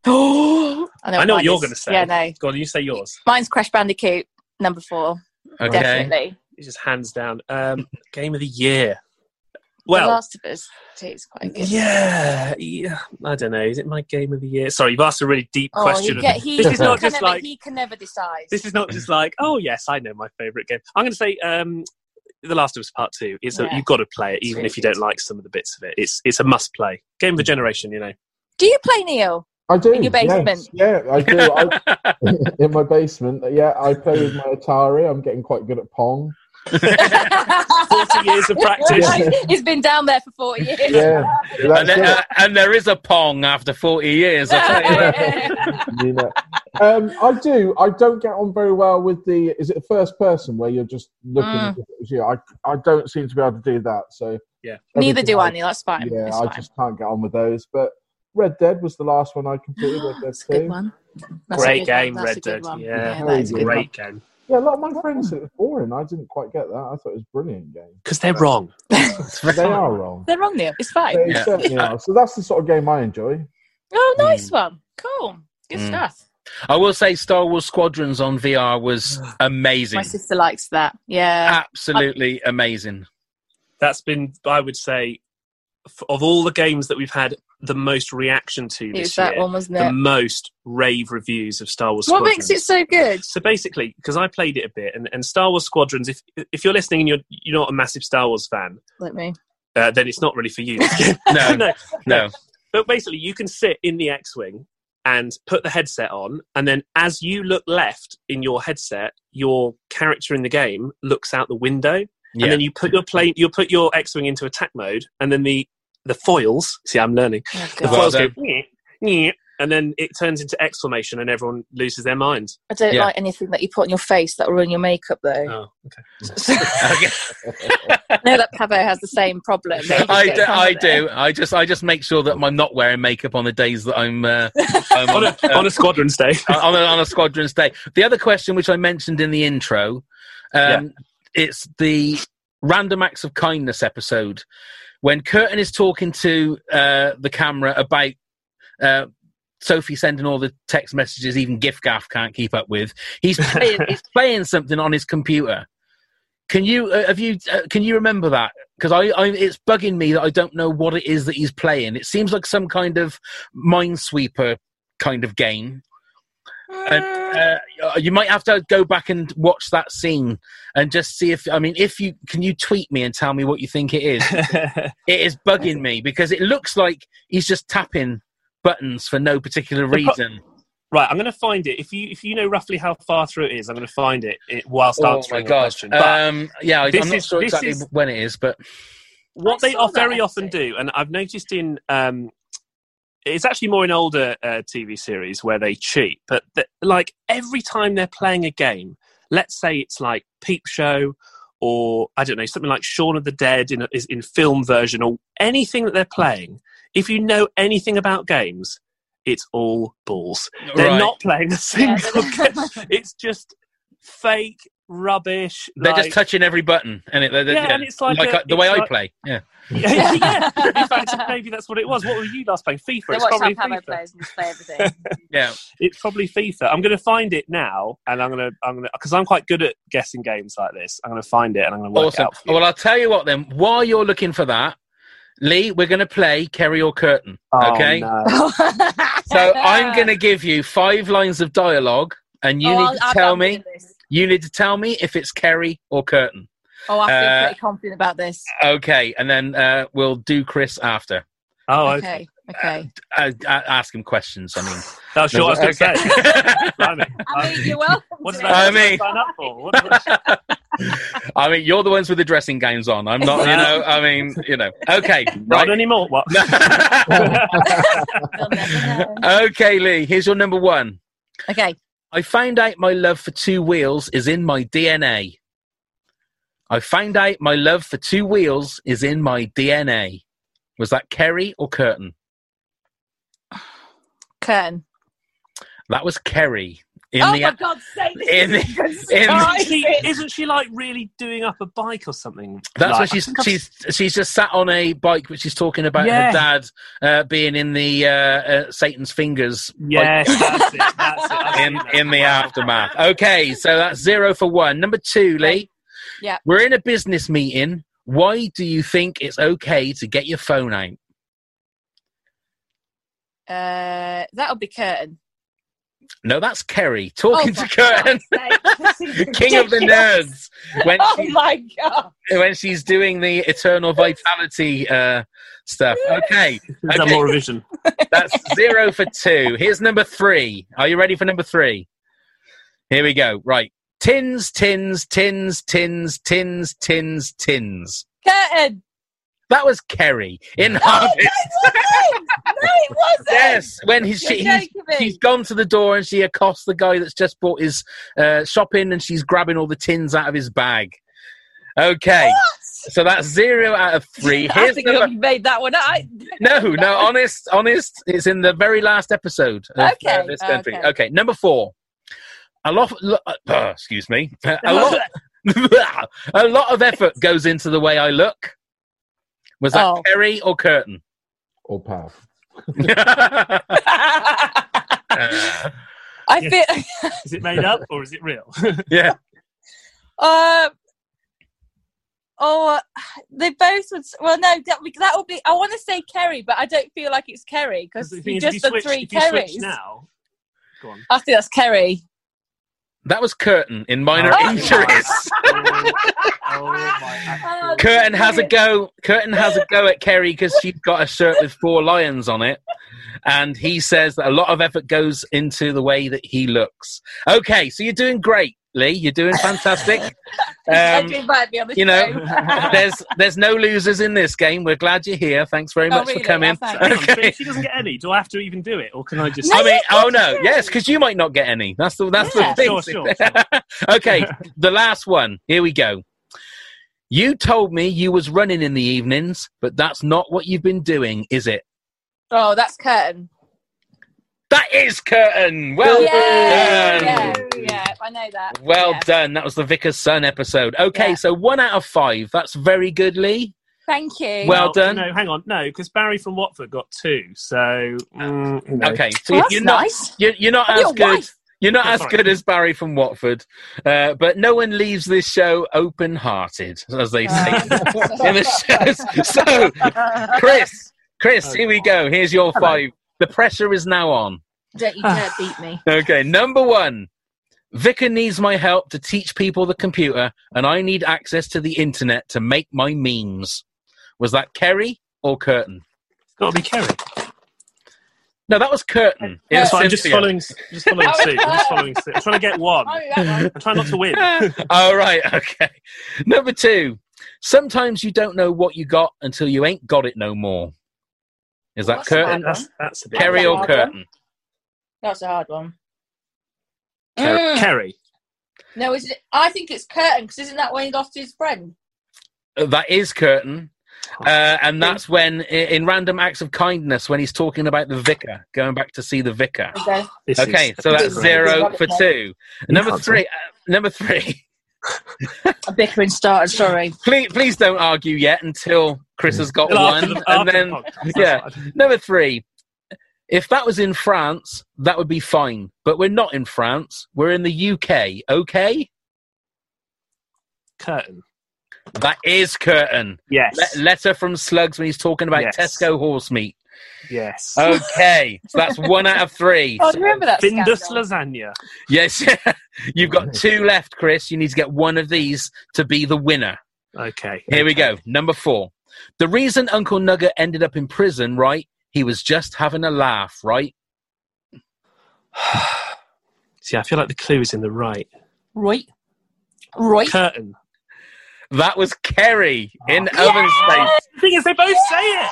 I
I know what
mine
you're
is.
going to say.
yeah no
Go on, you say yours.
mine's crash bandicoot number four
okay.
definitely
It's just hands down. Um, game of the year.
the
Well,
last of us two is quite good
yeah, yeah. I don't know. Is it my game of the year? Sorry, you've asked a really deep
Oh,
question.
He, get, he,
this is
he
not
can
just
never,
like
he can never decide.
this is not just like oh yes i know my favorite game i'm going to say um the last of us part two is that
Yeah.
you've got to play it
It's
even
really
if you
good.
don't like some of the bits of it it's it's a must play game of
Hmm.
the generation you know
Do you play Neil?
I do.
In your basement?
yes. Yeah, I do. I, in my basement. Yeah, I play with my Atari. I'm getting quite good at Pong.
40 years of practice
Yeah.
He's been down there for forty years.
Yeah,
and,
that's
there,
it.
uh, and there is a pong after 40 years. I tell you that.
You know. Um, I do. I don't get on very well with the. Is it the first person where you're just looking?
Mm.
at you? I I don't seem to be able to do that. So
Yeah.
Neither do I,
everything
Neil. That's
I-
fine.
Yeah,
it's
I
fine.
just can't get on with those. But Red Dead was the last one I completed. Red Dead
That's a good
Two.
one. That's a
great
good one,
game
that's a
red
good
dead
one.
yeah,
that is a good one.
great game
Yeah, a lot of my friends said it was boring. I didn't quite get that. I thought it was a brilliant game.
because they're wrong
But they are wrong.
They're wrong, Neil. It's fine.
They
Yeah.
certainly are. So that's the sort of game I enjoy.
Oh, nice
Mm.
one. Cool. Good
Mm.
stuff.
I will say Star Wars Squadrons on VR was
My
amazing.
sister likes that.
Ah,
Yeah.
Absolutely amazing.
that's been i would say f- of all the games that we've had the most reaction to
it was
this
that
year
one, wasn't
the
it?
most rave reviews of star wars
What makes
Squadrons.
it so good?
So basically, because I played it a bit, and, and Star Wars Squadrons, if if you're listening and you're you're not a massive Star Wars fan,
Let me.
uh, then it's not really for you.
No, no.
But basically, you can sit in the X-wing and put the headset on, and then as you look left in your headset, your character in the game looks out the window,
Yeah.
and then you put your plane, you put your X-wing into attack mode, and then the the foils. See, I'm learning.
Oh,
The
God.
Well
foils go.
done.
"Nyeh, nyeh," And then it turns into exclamation, and everyone loses their mind.
I don't
Yeah.
like anything that you put on your face that will ruin your makeup, though.
Oh, okay.
Okay.
I know that Pavo has the same problem. They just
I
get
do,
some
I
of it.
do. I just, I just make sure that I'm not wearing makeup on the days that I'm, uh, I'm
on, a, on a squadron's day.
uh, on, a, on a squadron's day. The other question, which I mentioned in the intro, um,
Yeah.
it's the random acts of kindness episode when Curtin is talking to uh, the camera about uh, Sophie sending all the text messages even Gifgaff can't keep up with. He's playing, he's playing something on his computer. Can you uh, have you uh, can you remember that? Because I, I it's bugging me that I don't know what it is that he's playing. It seems like some kind of minesweeper kind of game. And uh, you might have to go back and watch that scene and just see if I mean if you can you tweet me and tell me what you think it is. it is bugging me because it looks like he's just tapping buttons for no particular
The pro-
reason.
Right, I'm going to find it. If you if you know roughly how far through it is, I'm going to find it, it whilst answering the question. But
Oh Um, yeah, I,
Oh this
I'm not
is-
sure
this
exactly
is-
when it is, but
I
what they
saw
are
that,
very often
actually.
do, and I've noticed in um, it's actually more in older uh, TV series where they cheat, but th- like every time they're playing a game, let's say it's like Peep Show or I don't know something like Shaun of the Dead in a, is in film version or anything that they're playing. If you know anything about games, it's all balls. They're
Right.
not playing a
Yeah,
single
they're-
game. It's just fake rubbish.
They're
like-
just touching every button, and it, they
Yeah, and it's like a-
I- uh, the way
it's
I
like-
play. Yeah,
yeah, yeah. In fact, maybe that's what it was. What were you last playing? FIFA.
They
It's
watch
probably
how Pablo
FIFA.
plays and just play everything.
yeah.
It's probably FIFA. I'm going to find it now, and I'm going to I'm going to because I'm quite good at guessing games like this. I'm going to find it and I'm going to work it
Awesome.
out. For you.
Well, I'll tell you what then. While you're looking for that, Lee, we're going to play Kerry or Curtain.
Oh,
okay.
no.
So I'm going to give you five lines of dialogue, and you
Oh,
need
I'll-
to
I'm-
tell
I'm
me.
good at this.
You need to tell me if it's Kerry or Curtain.
Oh, I feel
Uh,
pretty confident about this.
Okay, and then uh, we'll do Chris after.
Oh, okay.
Okay, okay.
Uh, a- ask him questions. I mean,
That was sure. I was going to
Okay. Uh,
say. Blimey.
I mean, you're welcome.
What did
to
I,
I
it.
what did I
mean-
sign up for? What did I-
I mean, you're the ones with the dressing gowns on. I'm not. You know. I mean, you know. Okay.
Not
Right.
anymore. What?
You'll never know.
okay, Lee. Here's your number one.
Okay.
I found out my love for two wheels is in my DNA. I found out my love for two wheels is in my DNA. Was that Kerry or Curtin?
Curtain.
That was Kerry. In
oh
the
my God's sake!
in-
This is
in-
Isn't she,
surprising.
isn't she like really doing up a bike or something?
that's
like,
why
I
she's
think I've
she's she's just sat on a bike, which she's talking about her
Yeah.
dad uh, being in the uh, uh, Satan's fingers
Yes, that's it. That's it. I've
in
seen that.
in the aftermath. Okay, so that's zero for one. Number two, Lee.
Yeah.
We're in a business meeting. Why do you think it's okay to get your phone out?
Uh, that'll be curtain.
No, that's Kerry talking
Oh,
to
for
Curtin,
God's sake, this is
King of the
ridiculous.
Nerds, when
Oh
she,
my God!
when she's doing the eternal vitality uh, stuff. Okay,
Is that
Okay.
more revision?
that's zero for two. Here's number three. Are you ready for number three? Here we go. Right, tins, tins, tins, tins, tins, tins, tins.
Curtain.
That was Kerry in
Oh,
Harvest.
no, it wasn't.
Yes, when his she,
You're
he's
joking me.
She's gone to the door and she accosts the guy that's just bought his uh, shopping and she's grabbing all the tins out of his bag. Okay. So that's zero out of three.
Oh. I
Here's
think
number-
you made that one. up. I,
no, no, honest, honest. It's in the very last episode of uh,
Okay,
this country.
okay.
Okay. number four. A lot, lo- uh, excuse me. A lot, a lot of effort goes into the way I look. Was that
Oh.
Kerry or Curtin?
or Pav.
I feel.
Is it made up or is it real?
yeah.
Um. Oh, they both would. Well, no, that would- that would be. I want to say Kerry, but I don't feel like it's Kerry because
Because the thing
you
is,
just
if
said
you switch,
three
if you switch
Kerrys.
now. Go on.
I think that's Kerry.
That was Curtin in minor
Oh.
injuries.
Oh, oh my actual-
Curtin has a go. Curtin has a go at Kerry because she's got a shirt with four lions on it, and he says that a lot of effort goes into the way that he looks. Okay, so you're doing great, Lee. You're doing fantastic.
Glad
Um,
you invited me on the
you know,
show.
there's there's no losers in this game. We're glad you're here. Thanks very
Oh,
much
really?
for coming.
Oh,
Hang on,
thanks.
so
Okay.
if she doesn't get any, do I have to even do it, or can I just?
I mean, oh no, yes, because you might not get any. That's the that's
Yeah.
the thing.
Sure, sure, sure.
okay, the last one. Here we go. You told me you was running in the evenings, but that's not what you've been doing, is it?
oh, that's curtain.
That is curtain. Well
yeah,
done.
yeah, yeah, I know that.
Well
Yeah.
done. That was the Vicar's Son episode. Okay,
Yeah.
so one out of five. That's very good, Lee.
Thank you.
Well done.
No, hang on. No, because Barry from Watford got two. So mm, you know.
Okay, so
Well, Oh, that's
you're not
nice.
you're, you're not
I'm
as
your
good.
wife.
You're not
Oh,
as
sorry.
good as Barry from Watford, uh, but no one leaves this show open-hearted, as they say in the shows. So, Chris, Chris,
Oh,
here we go. Here's your
Hello.
five. The pressure is now on.
Don't you dare beat me.
Okay, number one. Vicar needs my help to teach people the computer, and I need access to the internet to make my memes. Was that Kerry or Curtin?
It's got to be Kerry.
No, that was Curtin. It was
So I'm just
Cynthia.
following, just following suit. I'm just following suit. I'm trying to get one.
I
I'm
knew Oh, that one.
trying not to win.
All right, okay. Number two, sometimes you don't know what you got until you ain't got it no more. Is that
What's that?
curtain?
That's that's a bit.
Kerry or
That's a hard
curtain?
That's a hard one.
Kerry.
Mm.
Kerry.
No, is it? I think it's curtain because isn't that when he lost his friend?
Uh, That is curtain. Uh, and that's when, i- in random acts of kindness, when he's talking about the vicar, going back to see the vicar.
Okay.
This is-
Okay, so that's zero for two. Number three, uh, number three.
A bickering started. Sorry.
Please, please don't argue yet until Chris has got
Till after the-
one, and
after the
then
podcast,
yeah.
that's fine.
Number three, if that was in France, that would be fine. But we're not in France. We're in the UK. Okay,
Curtain.
that is curtain.
Yes.
Le- letter from Slugs when he's talking about
Yes.
Tesco horse meat.
yes.
Oh. Okay, so that's one out of three.
Oh, do you remember that?
Bindus
scandal?
lasagna.
Yes, you've got two left, Chris. You need to get one of these to be the winner.
Okay.
Here we go. Number four. The reason Uncle Nugget ended up in prison, right? He was just having a laugh, right?
See, I feel like the clue is in the right.
Right. Right.
Curtain.
That was Kerry in
Oh.
Oven Space.
The thing is, they both say it.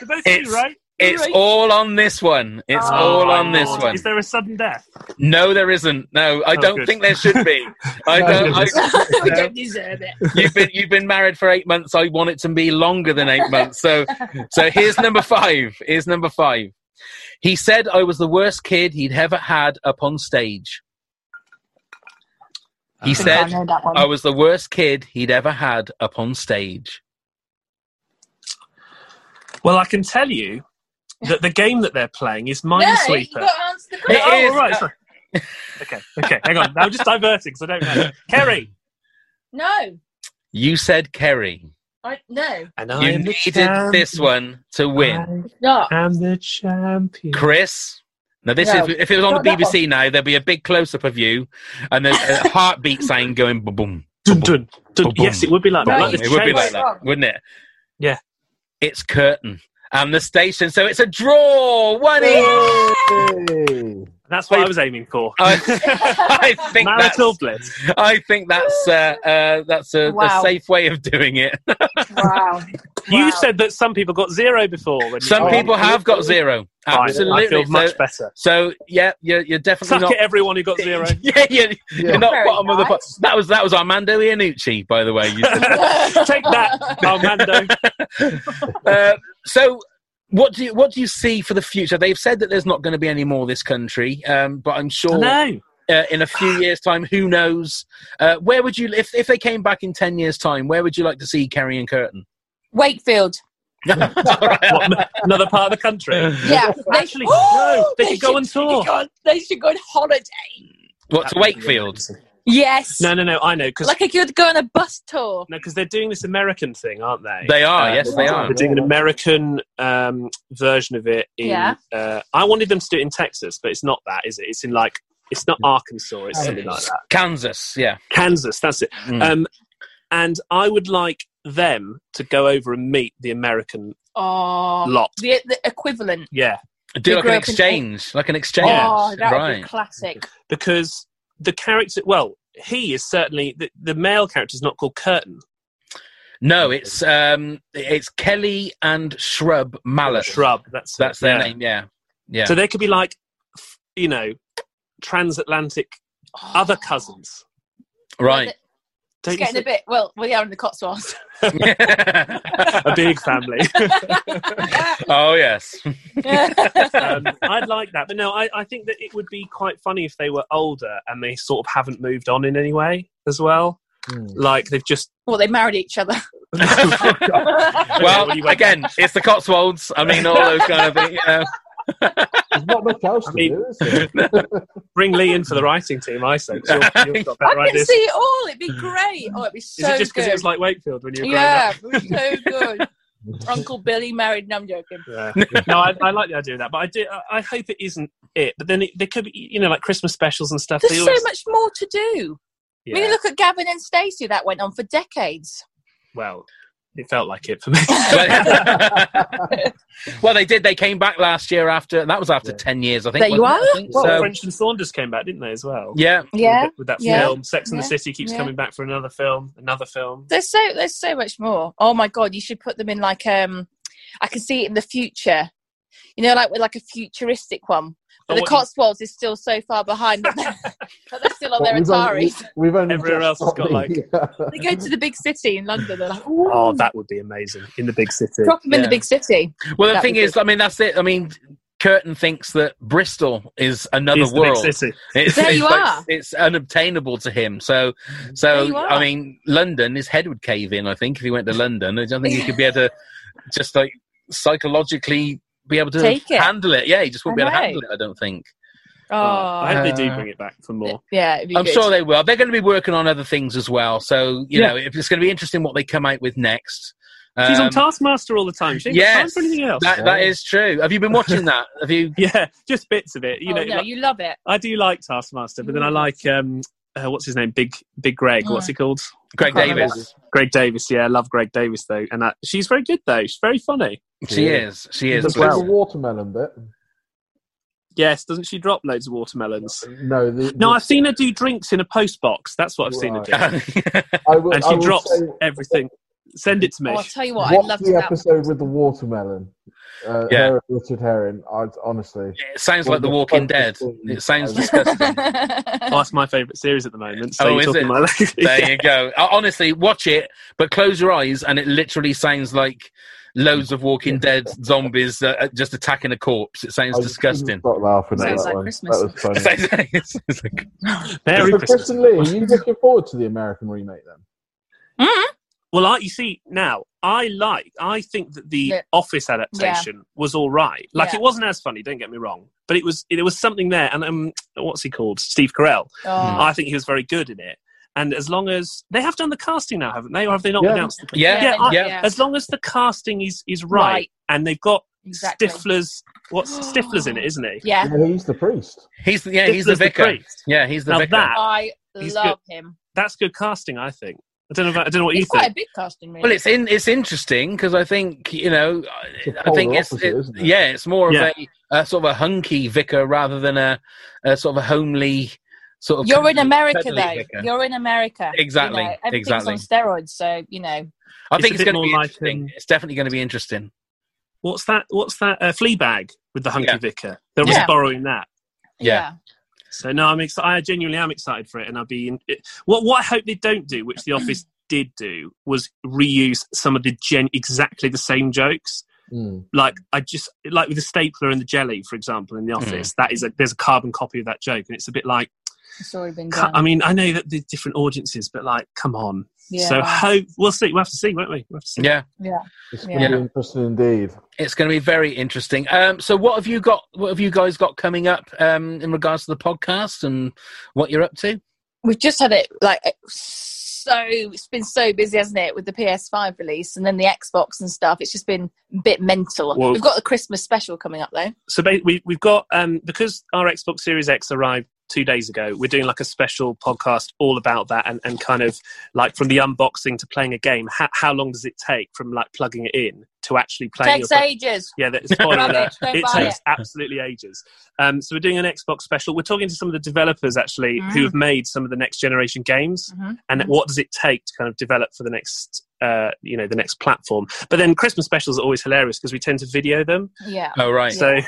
They both
It's-
do, right? Ah.
It's
Right.
all on this one. It's
Oh,
all
my
on this
lord.
one.
Is there a sudden death?
No, there isn't. No, I
Oh,
don't
good.
think there should be. I
No,
don't.
there
I,
we don't deserve it.
you've been you've been married for eight months. I want it to be longer than eight months. So, so here's number five. Here's number five. He said I was the worst kid he'd ever had up on stage. He
I think I
said
know that one.
I was the worst kid he'd ever had up on stage.
Well, I can tell you that the game that they're playing is
no, you
Minesweeper.
got to answer the
It
oh,
question.
is-
all right. sorry. okay, okay. Hang on. I'm just diverting because I don't know. Kerry.
Oh, No,
You said Kerry.
I no,
And
You needed this one to win.
it's not.
I'm the champion.
Chris. Now this
No.
is if it was on
Not
the
that
BBC now, there'd be a big close up of you and then a heartbeat saying going boom boom.
Dun, dun, dun.
Boom.
Yes, it would be like
boom.
that.
No,
Like
It would be
chase.
like that,
Wrong.
wouldn't it?
Yeah.
It's curtain and the station, so it's a draw. One each.
Hey.
That's what I was aiming for.
I, I think
Marital
that's,
bliss.
I think that's uh, uh, that's a,
Wow.
a safe way of doing it.
Wow.
You
Wow.
said that some people got zero before. When you-
Some
Oh,
people have got zero.
fine.
Absolutely.
I feel much
so,
better.
so yeah, you're, you're definitely
Suck
not
it, everyone who got zero.
yeah, you're, you're not
Very
bottom of the pot.
nice.
That was that was Armando Iannucci, by the way. You said
Take that, Armando.
Uh, so what do you what do you see for the future? They've said that there's not going to be any more this country, um, but I'm sure
No.
uh, in a few years' time, who knows? Uh, where would you if if they came back in ten years' time? Where would you like to see Kerry and Curtin?
Wakefield.
What, m- another part of the country.
Yeah. Oh,
Actually, no, they could go on tour.
They should, go on- they should go on holiday.
What to
That would be
Wakefield?
amazing.
Yes.
No, no, no. I know because
Like I could go on a bus tour.
no, because they're doing this American thing, aren't they?
They are,
Uh,
yes, they are.
They're doing an American um, version of it. In,
Yeah.
uh, I wanted them to do it in Texas, but it's not that, is it? It's in like it's not Arkansas. It's something like that.
Kansas, yeah.
Kansas. That's it.
Mm.
Uh,
Um, and I would like them to go over and meet the American
Oh,
lot.
the, the equivalent.
Yeah,
Do
they
like
grew
an
up in-
exchange, like an exchange,
Oh, that would be
right?
classic.
because the character. Well, he is certainly the, the male character is not called Curtin.
No, it's um, it's Kelly and Shrub Mallet.
Shrub. That's it,
That's their
yeah.
name. Yeah, yeah.
So they could be like, f- you know, transatlantic other cousins.
right.
Don't
It's
you
getting a
think?
bit. Well, we are in the Cotswolds.
a big family.
oh yes.
um, I'd like that, but no, I, I think that it would be quite funny if they were older and they sort of haven't moved on in any way as well.
Hmm.
Like they've just
well, they married each other.
well,
when you went-
again, it's the Cotswolds. I mean, all those kind of things. You know.
There's not much else to
mean-
do, is there?
Bring Lee in for the writing team, I say. 'cause You'll, you'll got better
I can
ideas.
see it all. It'd be great. Oh, it'd be
Mm. Is
so
it just because
good.
it was like Wakefield when you were growing
yeah,
up?
so good. Uncle Billy married. No, I'm joking.
Yeah. no, I, I like the idea of that, but I do. I, I hope it isn't it. But then it, there could be, you know, like Christmas specials and stuff.
There's
they
so
always-
much more to do.
Yeah,
I mean, look at Gavin and Stacey. That went on for decades.
Well, it felt like it for me.
But- well, they did. They came back last year after, and that was after
Yeah.
10 years, I think.
There you
wasn't it?
are.
I think
well,
so.
French and Saunders came back, didn't they, as well?
Yeah.
Yeah.
With, with that
yeah,
film, Sex and the
yeah,
City keeps
yeah.
coming back for another film, another film.
There's so there's so much more. Oh my god, you should put them in like um, I can see it in the future. You know, like with like a futuristic one. But
Oh,
the
what-
Cotswolds is still so far behind that they're, that they're still on
But
their
we've only-
Ataris.
We've only
Everyone
just
else has got,
the-
like-
Yeah.
They go to the big city in London. They're like,
Oh, that would be amazing in the big city.
drop them in
Yeah.
the big city.
Well, the
That'd
thing
be
is, I mean, that's it. I mean, Curtin thinks that Bristol is another
It's the big
world.
city.
It's,
There
it's
you
like-
are.
It's unobtainable to him. So,
There
so
you are.
I mean, London, his head would cave in. I think if he went to London, I don't think he could be able to just like psychologically be able to
Take it.
handle it. Yeah, he just wouldn't be
I
able to
know.
handle it. I don't think.
Oh,
I hope they do
Uh,
bring it back for more.
yeah. It'd be
I'm
good.
sure they will. They're going to be working on other things as well. So you
Yeah.
know, if it's going to be interesting what they come out with next.
She's on
Um,
Taskmaster all the time. She ain't got time
Yes,
for anything else.
that, that is true. Have you been watching that? Have you?
yeah, just bits of it. You
oh, Mm.
know,
no,
like-
you love it.
I do like Taskmaster, but then I like um, uh, what's his name, Big Big Greg.
Mm.
What's he called?
Greg
I can't
Davis.
Greg Davis. Yeah, I love Greg Davis though, and uh she's very good though. She's very funny.
She
Yeah.
is. She is.
The
Well,
the watermelon bit.
Yes, doesn't she drop loads of watermelons?
No, the,
No,
the-
I've seen her do drinks in a post box. That's what I've seen her do,
yeah.
I will-
and
I
she
will
drops
say-
everything. Send it to me.
Oh, I'll tell you what,
Watch
I loved
the
that.
episode with the watermelon. Uh,
Yeah.
Her- Richard Herring. I, honestly,
it sounds like The Walking Dead. It sounds disgusting.
one.
Oh, that's my favourite series at the moment. So
Oh,
you're
is
talking
it?
about that.
There you go. Uh, Honestly, watch it, but close your eyes, and it literally sounds like loads of Walking Dead zombies uh, uh, just attacking a corpse. It sounds
I
disgusting.
couldn't Stop laughing at
Sounds
that
like
one.
Christmas.
That was funny.
It's- it's like-
Merry
so
Christmas.
Kristen Lee, are you looking forward to the American remake then?
Well, I, you see now, I like. I think that the
Yeah.
Office adaptation was all right. Like
Yeah.
it wasn't as funny. Don't get me wrong, but it was. There was something there. And um, what's he called? Steve Carell.
Oh.
I think he was very good in it. And as long as they have done the casting now, haven't they? Or have they not
Yeah.
announced? The,
Yeah,
Yeah, I-
yeah.
As long as the casting is is right,
Right.
and they've got
exactly.
Stifler's what's Stifler's in it, isn't he?
Yeah,
Yeah, he's the priest.
He's the, yeah, he's the
Stifler's
vicar.
priest.
Yeah, he's the
Now
vicar.
that-
I
He's
love him.
That's good casting, I think. I don't know. About, I don't know what
He's
you
quite
think.
a big casting, really.
Well, it's in, it's interesting because I think you know,
It's a
I think
polar
it's
opposite,
it-
isn't it?
yeah, it's more
Yeah.
of a, a sort of a hunky vicar rather than a, a sort of a homely sort of.
You're in
cuddly-
America,
cuddly
though.
vicar.
You're in America. you
Exactly,
know. Everything's
exactly.
on steroids, so you know.
I
It's
think
a
it's
bit
going to
more
be
like,
interesting.
um,
It's definitely going to be interesting.
What's that? What's that? Uh, Fleabag with the hunky
Yeah.
vicar. They're just
Yeah.
borrowing that.
Yeah.
So no, I'm excited. I genuinely am excited for it, and I'll be. In- it- what what I hope they don't do, which the office did do, was reuse some of the gen exactly the same jokes.
Mm.
Like I just like with the stapler and the jelly, for example, in the office. That is a there's a carbon copy of that joke, and it's a bit like.
It's already been
cu-
done.
I mean, I know that there's different audiences, but like, come on.
yeah.
So hope we'll see. We'll have to see, won't we? We'll have to see.
Yeah,
It's
Yeah.
going to be interesting indeed.
it's going to be very interesting. Um, so what have you got? What have you guys got coming up um, in regards to the podcast and what you're up to?
we've just had it like so it's been so busy hasn't it with the ps5 release and then the xbox and stuff it's just been a bit mental
Well-
we've got the christmas special coming up though
so ba- we, we've got um, because our Xbox Series X arrived two days ago. We're doing like a special podcast all about that and, and kind of like from the unboxing to playing a game. How, how long does it take from like plugging it in to actually playing?
takes
your-
ages
Oh, yeah, that's spoiler alert.
Rubbish, don't
It
buy
takes absolutely ages. Um, so we're doing an Xbox special. We're talking to some of the developers actually
Mm.
who have made some of the next generation games,
Mhm.
and what does it take to kind of develop for the next, uh, you know, the next platform. But then Christmas specials are always hilarious because we tend to video them.
yeah
Oh right.
So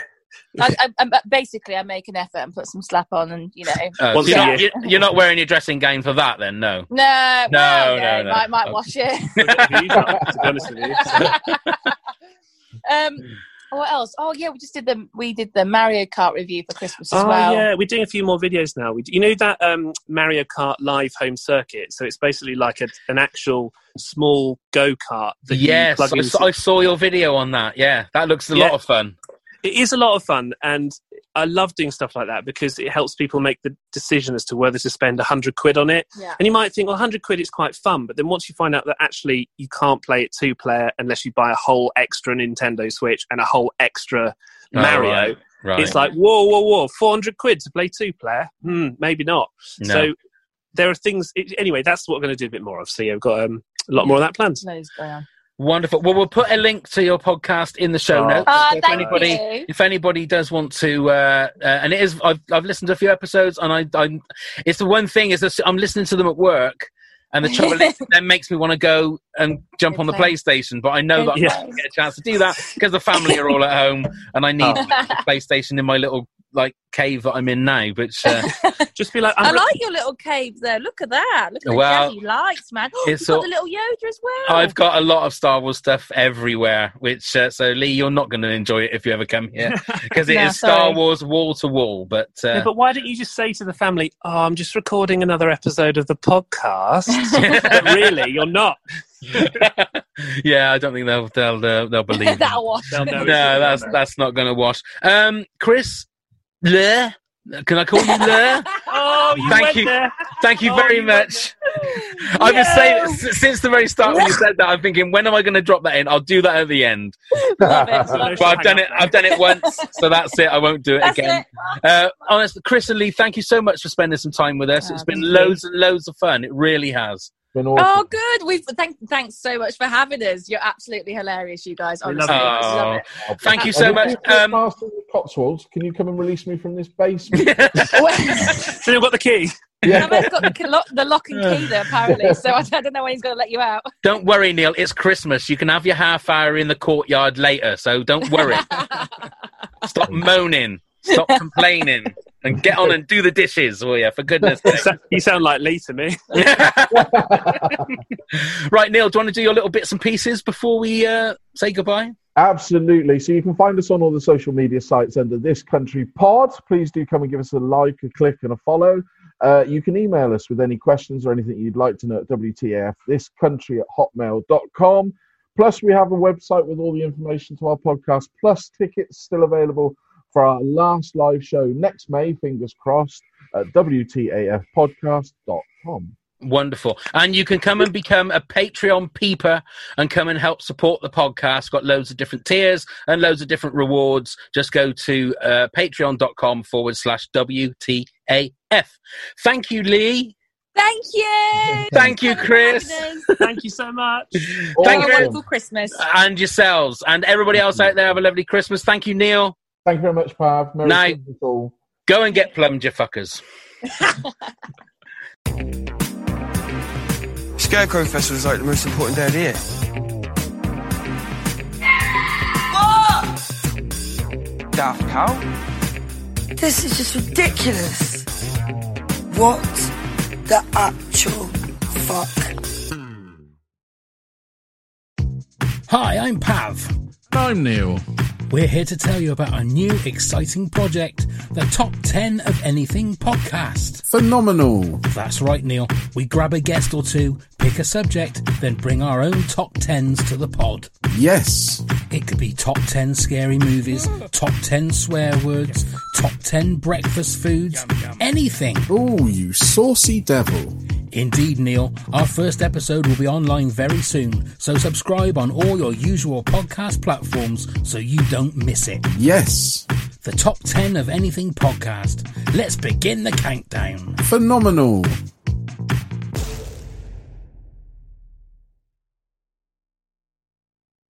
I, I, I'm- uh, basically i make an effort and put some slap on and you know
Oh,
Once
so
a
you're, not, you're- you're not wearing your dressing gown for that, then? No.
no
No,
well,
no, no.
might, might
Okay.
wash it
Oh, to be honest with you. So-
um What else? Oh yeah, we just did the we did the Mario Kart review for Christmas as
Oh
well.
yeah, we're doing a few more videos now. We, you know that um, Mario Kart Live Home Circuit? So it's basically like a, an actual small go kart. that you
Yes, I,
plug
s-
into-
I saw your video on that. Yeah, that looks a
Yeah.
lot of fun.
it is a lot of fun, and I love doing stuff like that because it helps people make the decision as to whether to spend hundred quid on it.
Yeah.
And you might think, well, hundred quid is quite fun, but then once you find out that actually you can't play it two player unless you buy a whole extra Nintendo Switch and a whole extra
Oh,
Mario.
right, right.
It's like whoa, whoa, whoa! Four hundred quid to play two player? Hmm, maybe not.
No.
So there are things. It, anyway, that's what we're going to do a bit more of. So yeah, we've got um, a lot more of that planned.
Loads going on.
Wonderful. Well, we'll put a link to your podcast in the show
Oh.
notes.
Oh,
So if
thank
anybody,
you.
if anybody does want to, uh, uh, and it is, I've, I've listened to a few episodes, and I, I, it's the one thing is that I'm listening to them at work, and the trouble is, it then makes me want to go and jump on the
Play.
PlayStation, but I know that I'm not
Yeah.
going to get a chance to do that because the family are all at home, and I need
Oh.
the PlayStation in my little like cave that I'm in now, which. Uh,
Just be like,
I
I'm
like your little cave there. Look at that. Look at the
Well,
jelly lights, man.
it's
You've got
all-
the little Yoda as well.
I've got a lot of Star Wars stuff everywhere, which uh, so Lee, you're not going to enjoy it if you ever come here because it is
No,
Star
sorry.
Wars wall to wall. But
Yeah,
uh,
but why don't you just say to the family, "Oh, I'm just recording another episode of the podcast," but really, you're not.
yeah, I don't think they'll they'll uh, they'll believe. me.
That'll wash.
They'll know
no,
it's-
that's that's not going to wash. Um, Chris, Le, can I call you Le?
Oh, you
Thank
went
you.
there.
Thank you
Oh,
very
you went
much. I've been saying it s- since the very start when you said that. I'm thinking, when am I going to drop that in? I'll do that at the end.
Love it.
Well,
But I've done it. I've done it once, so that's it. I won't do it
That's
again.
it.
Uh, honestly, Chris and Lee, thank you so much for spending some time with us.
Oh,
it's been
thank you.
loads and loads of fun. It really has.
Been awesome.
Oh, good. We've thank, thanks so much for having us. You're absolutely hilarious, you guys.
We
Honestly,
love
I just love
Oh,
it.
thank you
And
so
if
much.
you play
Um,
Master of the Cotswolds, can you come and release me from this basement?
Oh.
So you've got the key.
yeah.
I've got the, lock, the lock and key there apparently, so I don't know when he's going to let you out.
don't worry, Neil. It's Christmas. You can have your half hour in the courtyard later, so don't worry. Stop moaning. Stop complaining. And get on and do the dishes. Oh yeah, for goodness'
You
sake.
sa- You sound like Lee to me.
right, Neil. Do you want to do your little bits and pieces before we uh, say goodbye?
Absolutely. So you can find us on all the social media sites under This Country Pod. Please do come and give us a like, a click, and a follow. Uh, you can email us with any questions or anything you'd like to know at WTF, this country at hotmail.com. Plus, we have a website with all the information to our podcast, plus tickets still available for our last live show next May, fingers crossed, at WTAFpodcast.com.
Wonderful. And you can come and become a Patreon peeper and come and help support the podcast. Got loads of different tiers and loads of different rewards. Just go to uh, patreon.com forward slash WTAF. Thank you, Lee.
Thank you.
Thank you, Chris.
Thank you so much.
Thank
Thank
you.
you. Wonderful Christmas.
And yourselves and everybody else out there. Have a lovely Christmas. Thank you, Neil.
Thank you very much, Pav. Merry
Night.
Christmas all.
Go and get plumbed, you fuckers.
Scarecrow Festival is like the most important day of the year. Daft Cow?
This is just ridiculous. What the actual fuck?
Hi, I'm Pav.
I'm Neil.
We're here to tell you about our new exciting project, the Top 10 of Anything podcast.
Phenomenal.
That's right, Neil. We grab a guest or two, pick a subject, then bring our own top 10s to the pod.
Yes.
It could be top 10 scary movies, top 10 swear words, top 10 breakfast foods, anything.
Oh, you saucy devil.
Indeed, Neil. Our first episode will be online very soon, so subscribe on all your usual podcast platforms so you don't miss it.
Yes.
The Top 10 of Anything podcast. Let's begin the countdown.
Phenomenal.